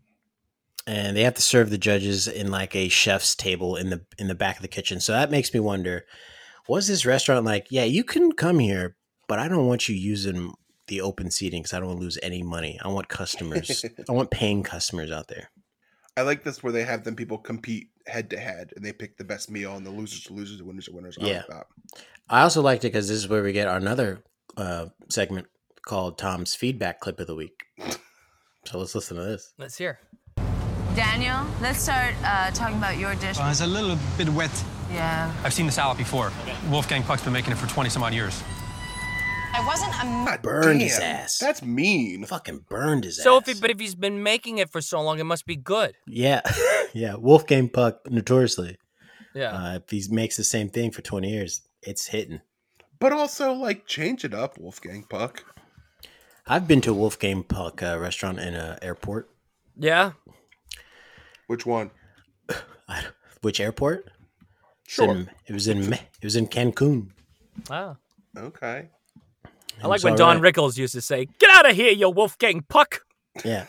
S2: and they have to serve the judges in like a chef's table in the in the back of the kitchen. So that makes me wonder: was this restaurant like, yeah, you can come here, but I don't want you using the open seating because I don't want to lose any money. I want customers. I want paying customers out there.
S3: I like this where they have them people compete head to head and they pick the best meal and the losers are losers, the winners are winners. I
S2: Yeah.
S3: Like that.
S2: I also liked it because this is where we get our another uh, segment called Tom's feedback clip of the week. So let's listen to this.
S4: Let's hear.
S7: Daniel, let's start uh, talking about your dish.
S8: Uh, it's a little bit wet.
S7: Yeah.
S6: I've seen the salad before. Wolfgang Puck's been making it for 20 some odd years.
S7: I wasn't a
S3: God
S2: Burned
S3: damn,
S2: his ass.
S3: That's mean.
S2: Fucking burned his
S4: So
S2: ass.
S4: if he, but if he's been making it for so long, it must be good.
S2: yeah, yeah. Wolfgang Puck notoriously,
S4: Yeah.
S2: uh, if he makes the same thing for twenty years, it's hitting.
S3: But also, like, change it up, Wolfgang Puck.
S2: I've been to a Wolfgang Puck uh, restaurant in an airport.
S4: yeah.
S3: Which one?
S2: I, which airport? It's
S3: Sure.
S2: in- it was in Me- it was in Cancun.
S4: Wow.
S3: Okay.
S4: I like
S2: was
S4: when
S2: all
S4: Don
S2: right.
S4: Rickles used to say, "Get out of here, you Wolfgang Puck."
S2: Yeah.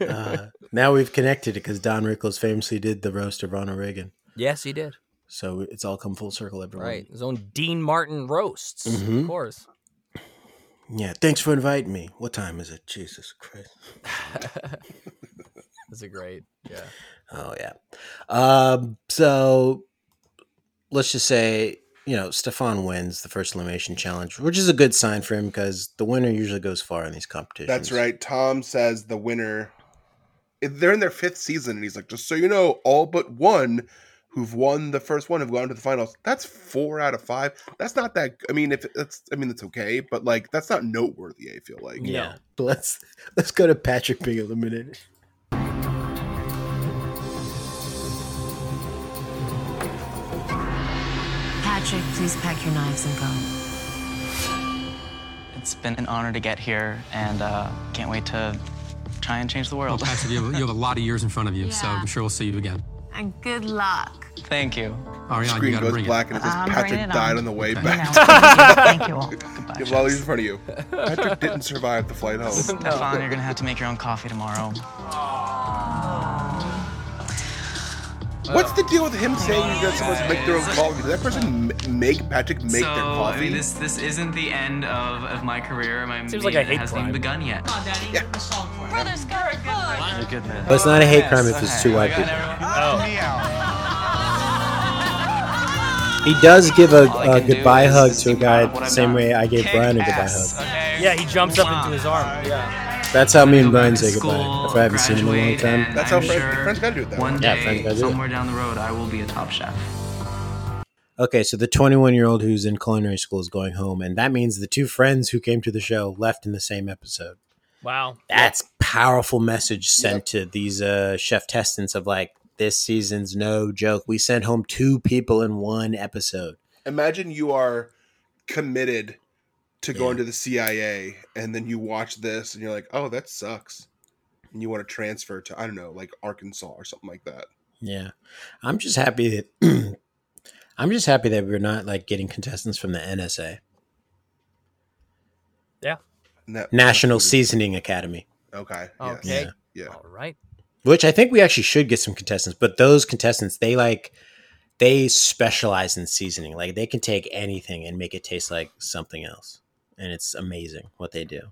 S2: Uh, now we've connected it because Don Rickles famously did the roast of Ronald Reagan.
S4: Yes, he did.
S2: So it's all come full circle, everyone.
S4: Right. His own Dean Martin roasts, of
S2: Mhm.
S4: course.
S2: Yeah. Thanks for inviting me. What time is it? Jesus Christ.
S4: That's a great. Yeah.
S2: Oh yeah. Um, so let's just say you know Stefan wins the first elimination challenge, which is a good sign for him because the winner usually goes far in these competitions.
S3: That's right. Tom says the winner. eh, They're in their fifth season, and he's like, just so you know, all but one who've won the first one have gone to the finals. That's four out of five. That's not that. I mean, if that's, I mean, that's okay, but like, that's not noteworthy. I feel like.
S2: Yeah. Let's let's go to Patrick being eliminated.
S7: Patrick, please pack your knives and go.
S9: It's been an honor to get here, and uh, can't wait to try and change the
S6: Well,
S9: world.
S6: Patrick, you have, you have a lot of years in front of you, so
S7: Yeah.
S6: I'm sure we'll see you again.
S7: And good luck.
S9: Thank you.
S6: Ariana, you
S3: Screen
S6: gotta
S3: goes
S6: bring
S3: black, and it says
S7: I'm bringing
S3: Patrick
S7: it
S3: died
S7: on.
S3: on the way
S6: Okay.
S3: back.
S7: Thank you all.
S9: Goodbye.
S3: While he's in front of you, Patrick didn't survive the flight home.
S9: Stefan, you're gonna have to make your own coffee tomorrow.
S3: What's the deal with him saying you guys supposed to make their own coffee? Did that person m- make Patrick make
S9: so,
S3: their
S9: I mean,
S3: coffee?
S9: this this isn't the end of, of my career. My
S4: Seems
S9: Seems
S4: like
S9: like
S4: a hate
S9: hasn't
S4: crime. Oh,
S9: even begun yet.
S7: Brothers, go.
S2: But it's not a hate crime if it's two white people.
S9: Oh.
S2: He does give a,
S9: All I
S2: a
S9: can do
S2: goodbye
S9: is-
S2: hug
S9: is
S2: to a
S9: be
S2: guy
S9: proud of what
S2: the
S9: I've
S2: same
S9: done.
S2: way I gave
S9: Kick
S2: Brian a goodbye
S9: ass,
S2: hug.
S9: okay?
S4: Yeah, he jumps up
S9: Wow.
S4: into his arm. Yeah.
S2: That's how me and
S9: Go back
S2: Brian
S9: to
S2: say goodbye.
S9: school,
S2: If I haven't seen him in a long
S9: graduate,
S2: time.
S9: and
S3: That's
S9: I'm
S3: how friends-
S9: sure
S3: friends gotta do it that
S9: One
S2: Yeah, friends
S9: day,
S2: gotta do it.
S9: somewhere down the road, I will be a top chef.
S2: Okay, so the 21 year old who's in culinary school is going home, and that means the two friends who came to the show left in the same episode.
S4: Wow.
S2: That's powerful message sent to these uh, chef testants of like this season's no joke. We sent home two people in one episode.
S3: imagine you are committed to
S2: Yeah.
S3: going to the CIA and then you watch this and you're like, "Oh, that sucks." And you want to transfer to I don't know, like Arkansas or something like that.
S2: Yeah, I'm just happy that I'm just happy that we're not like getting contestants from the NSA
S3: And that
S2: National Seasoning Academy,
S3: Okay. Yes.
S4: Okay.
S3: Yeah.
S4: All right.
S2: which I think we actually should get some contestants. But those contestants, they like they specialize in seasoning. Like they can take anything and make it taste like something else, and it's amazing what they do.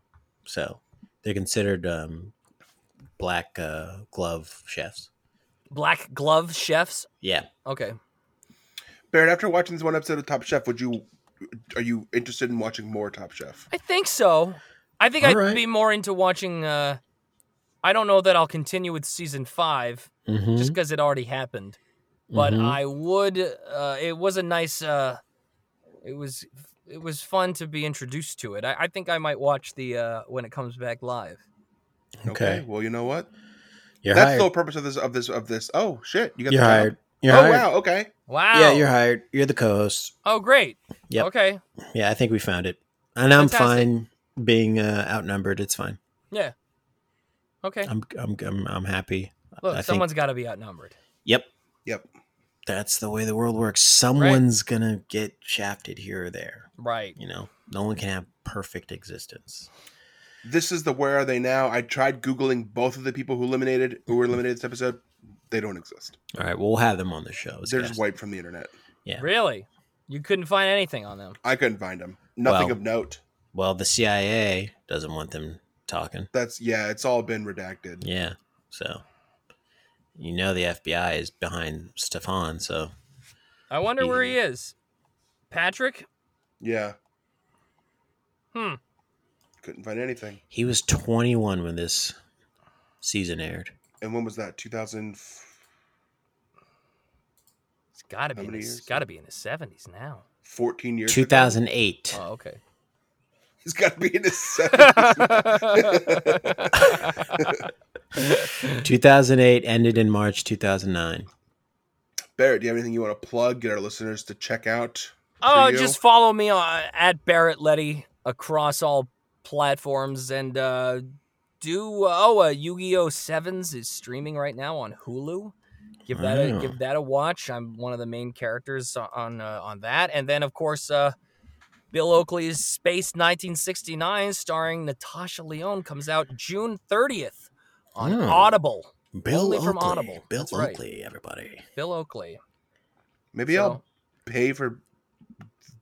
S2: So they're considered um, black uh, glove chefs.
S4: Black glove chefs.
S2: Yeah,
S4: Okay.
S3: Barrett, after watching this one episode of Top Chef, would you are you interested in watching more Top Chef?
S4: I think so. I think
S2: All
S4: I'd
S2: right.
S4: be more into watching. uh I don't know that I'll continue with season five
S2: Mhm.
S4: just because it already happened, but
S2: Mhm.
S4: I would. Uh, it was a nice. Uh, it was. It was fun to be introduced to it. I, I think I might watch the uh, when it comes back live.
S2: Okay.
S3: Well, you know what?
S2: you're
S3: That's
S2: hired.
S3: the whole purpose of this of this of this. Oh shit, you got
S2: you're
S3: the job.
S2: hired. You're
S3: oh
S2: hired.
S3: wow, okay.
S4: Wow.
S2: Yeah, you're hired. You're the co-host.
S4: Oh, great.
S2: Yep.
S4: Okay.
S2: Yeah, I think we found it, and I'm
S4: Fantastic.
S2: fine being uh, outnumbered. It's fine.
S4: Yeah. Okay.
S2: I'm I'm I'm, I'm happy. Um,
S4: Look,
S2: I think-
S4: someone's got to be outnumbered.
S2: Yep,
S3: Yep.
S2: that's the way the world works. Someone's gonna get shafted here or there.
S4: Right.
S2: You know, no one can have perfect existence.
S3: This is the where are they now? I tried googling both of the people who eliminated who were eliminated this episode. They don't exist.
S2: All right, we'll have them on the show. as
S3: They're just
S2: guests.
S3: wiped from the internet.
S2: Yeah.
S4: Really? You couldn't find anything on them.
S3: I couldn't find them. Nothing
S2: Well.
S3: of note.
S2: Well, the CIA doesn't want them talking.
S3: That's yeah. It's all been redacted.
S2: Yeah. So you know the FBI is behind Stefan, so
S4: I wonder where he is. Patrick?
S3: Yeah.
S4: Hmm.
S3: Couldn't find anything.
S2: he was 21 when this season aired.
S3: And when was that? 2000.
S4: It's gotta
S3: How
S4: be in
S3: many
S4: his
S3: years?
S4: gotta be in his seventies now.
S3: 14 years ago?
S2: 2008.
S4: Oh, okay.
S3: He's got to be in his 70s.
S2: 2008 ended in March 2009.
S3: Barrett, do you have anything you want to plug? Get our listeners to check out. for
S4: Oh,
S3: you?
S4: just follow me on, at Barrett Letty across all platforms and uh, do oh uh, Yu-Gi-Oh Sevens is streaming right now on Hulu. Give that
S3: Ah.
S4: a,
S2: Wow.
S4: give that a watch. I'm one of the main characters on uh, on that, and then of course uh, Bill Oakley's Space 1969, starring Natasha Leone, comes out June 30th on
S2: Hmm.
S4: Audible.
S2: Bill
S4: Only
S2: Oakley.
S4: from Audible.
S2: Bill
S4: That's right.
S2: Oakley, everybody.
S4: Bill Oakley.
S3: Maybe
S4: So-
S3: I'll pay for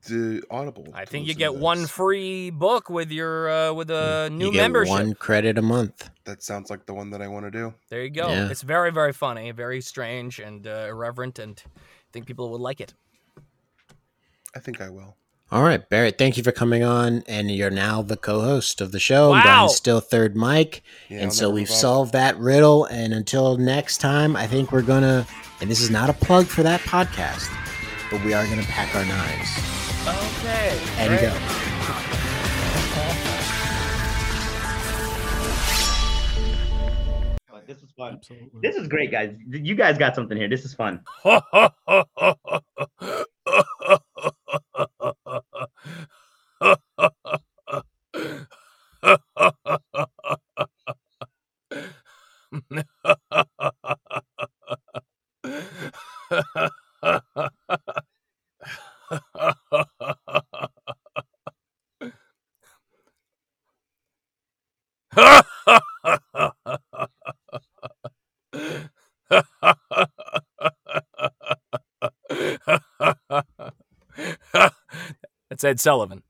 S3: the Audible.
S4: I
S3: to
S4: think you
S3: listen
S4: get
S3: to
S4: one
S3: this.
S4: free book with your uh, with a new
S2: you get
S4: membership.
S2: one credit a month.
S3: That sounds like the one that I want to do.
S4: There you go.
S2: Yeah.
S4: It's very very funny, very strange and uh, irreverent, and I think people would like it.
S3: I think I will.
S2: All right, Barrett, thank you for coming on, and you're now the co-host of the show.
S4: Wow.
S2: Don's still third mic,
S3: Yeah, I'll
S2: and so
S3: never
S2: we've
S3: move up.
S2: solved that riddle. And until next time, I think we're gonna. And this is not a plug for that podcast, but we are gonna pack our knives
S4: Okay.
S2: and
S4: great.
S2: go.
S8: This is fun. This is great, guys. You guys got something here. This is fun.
S4: That's Ed Sullivan.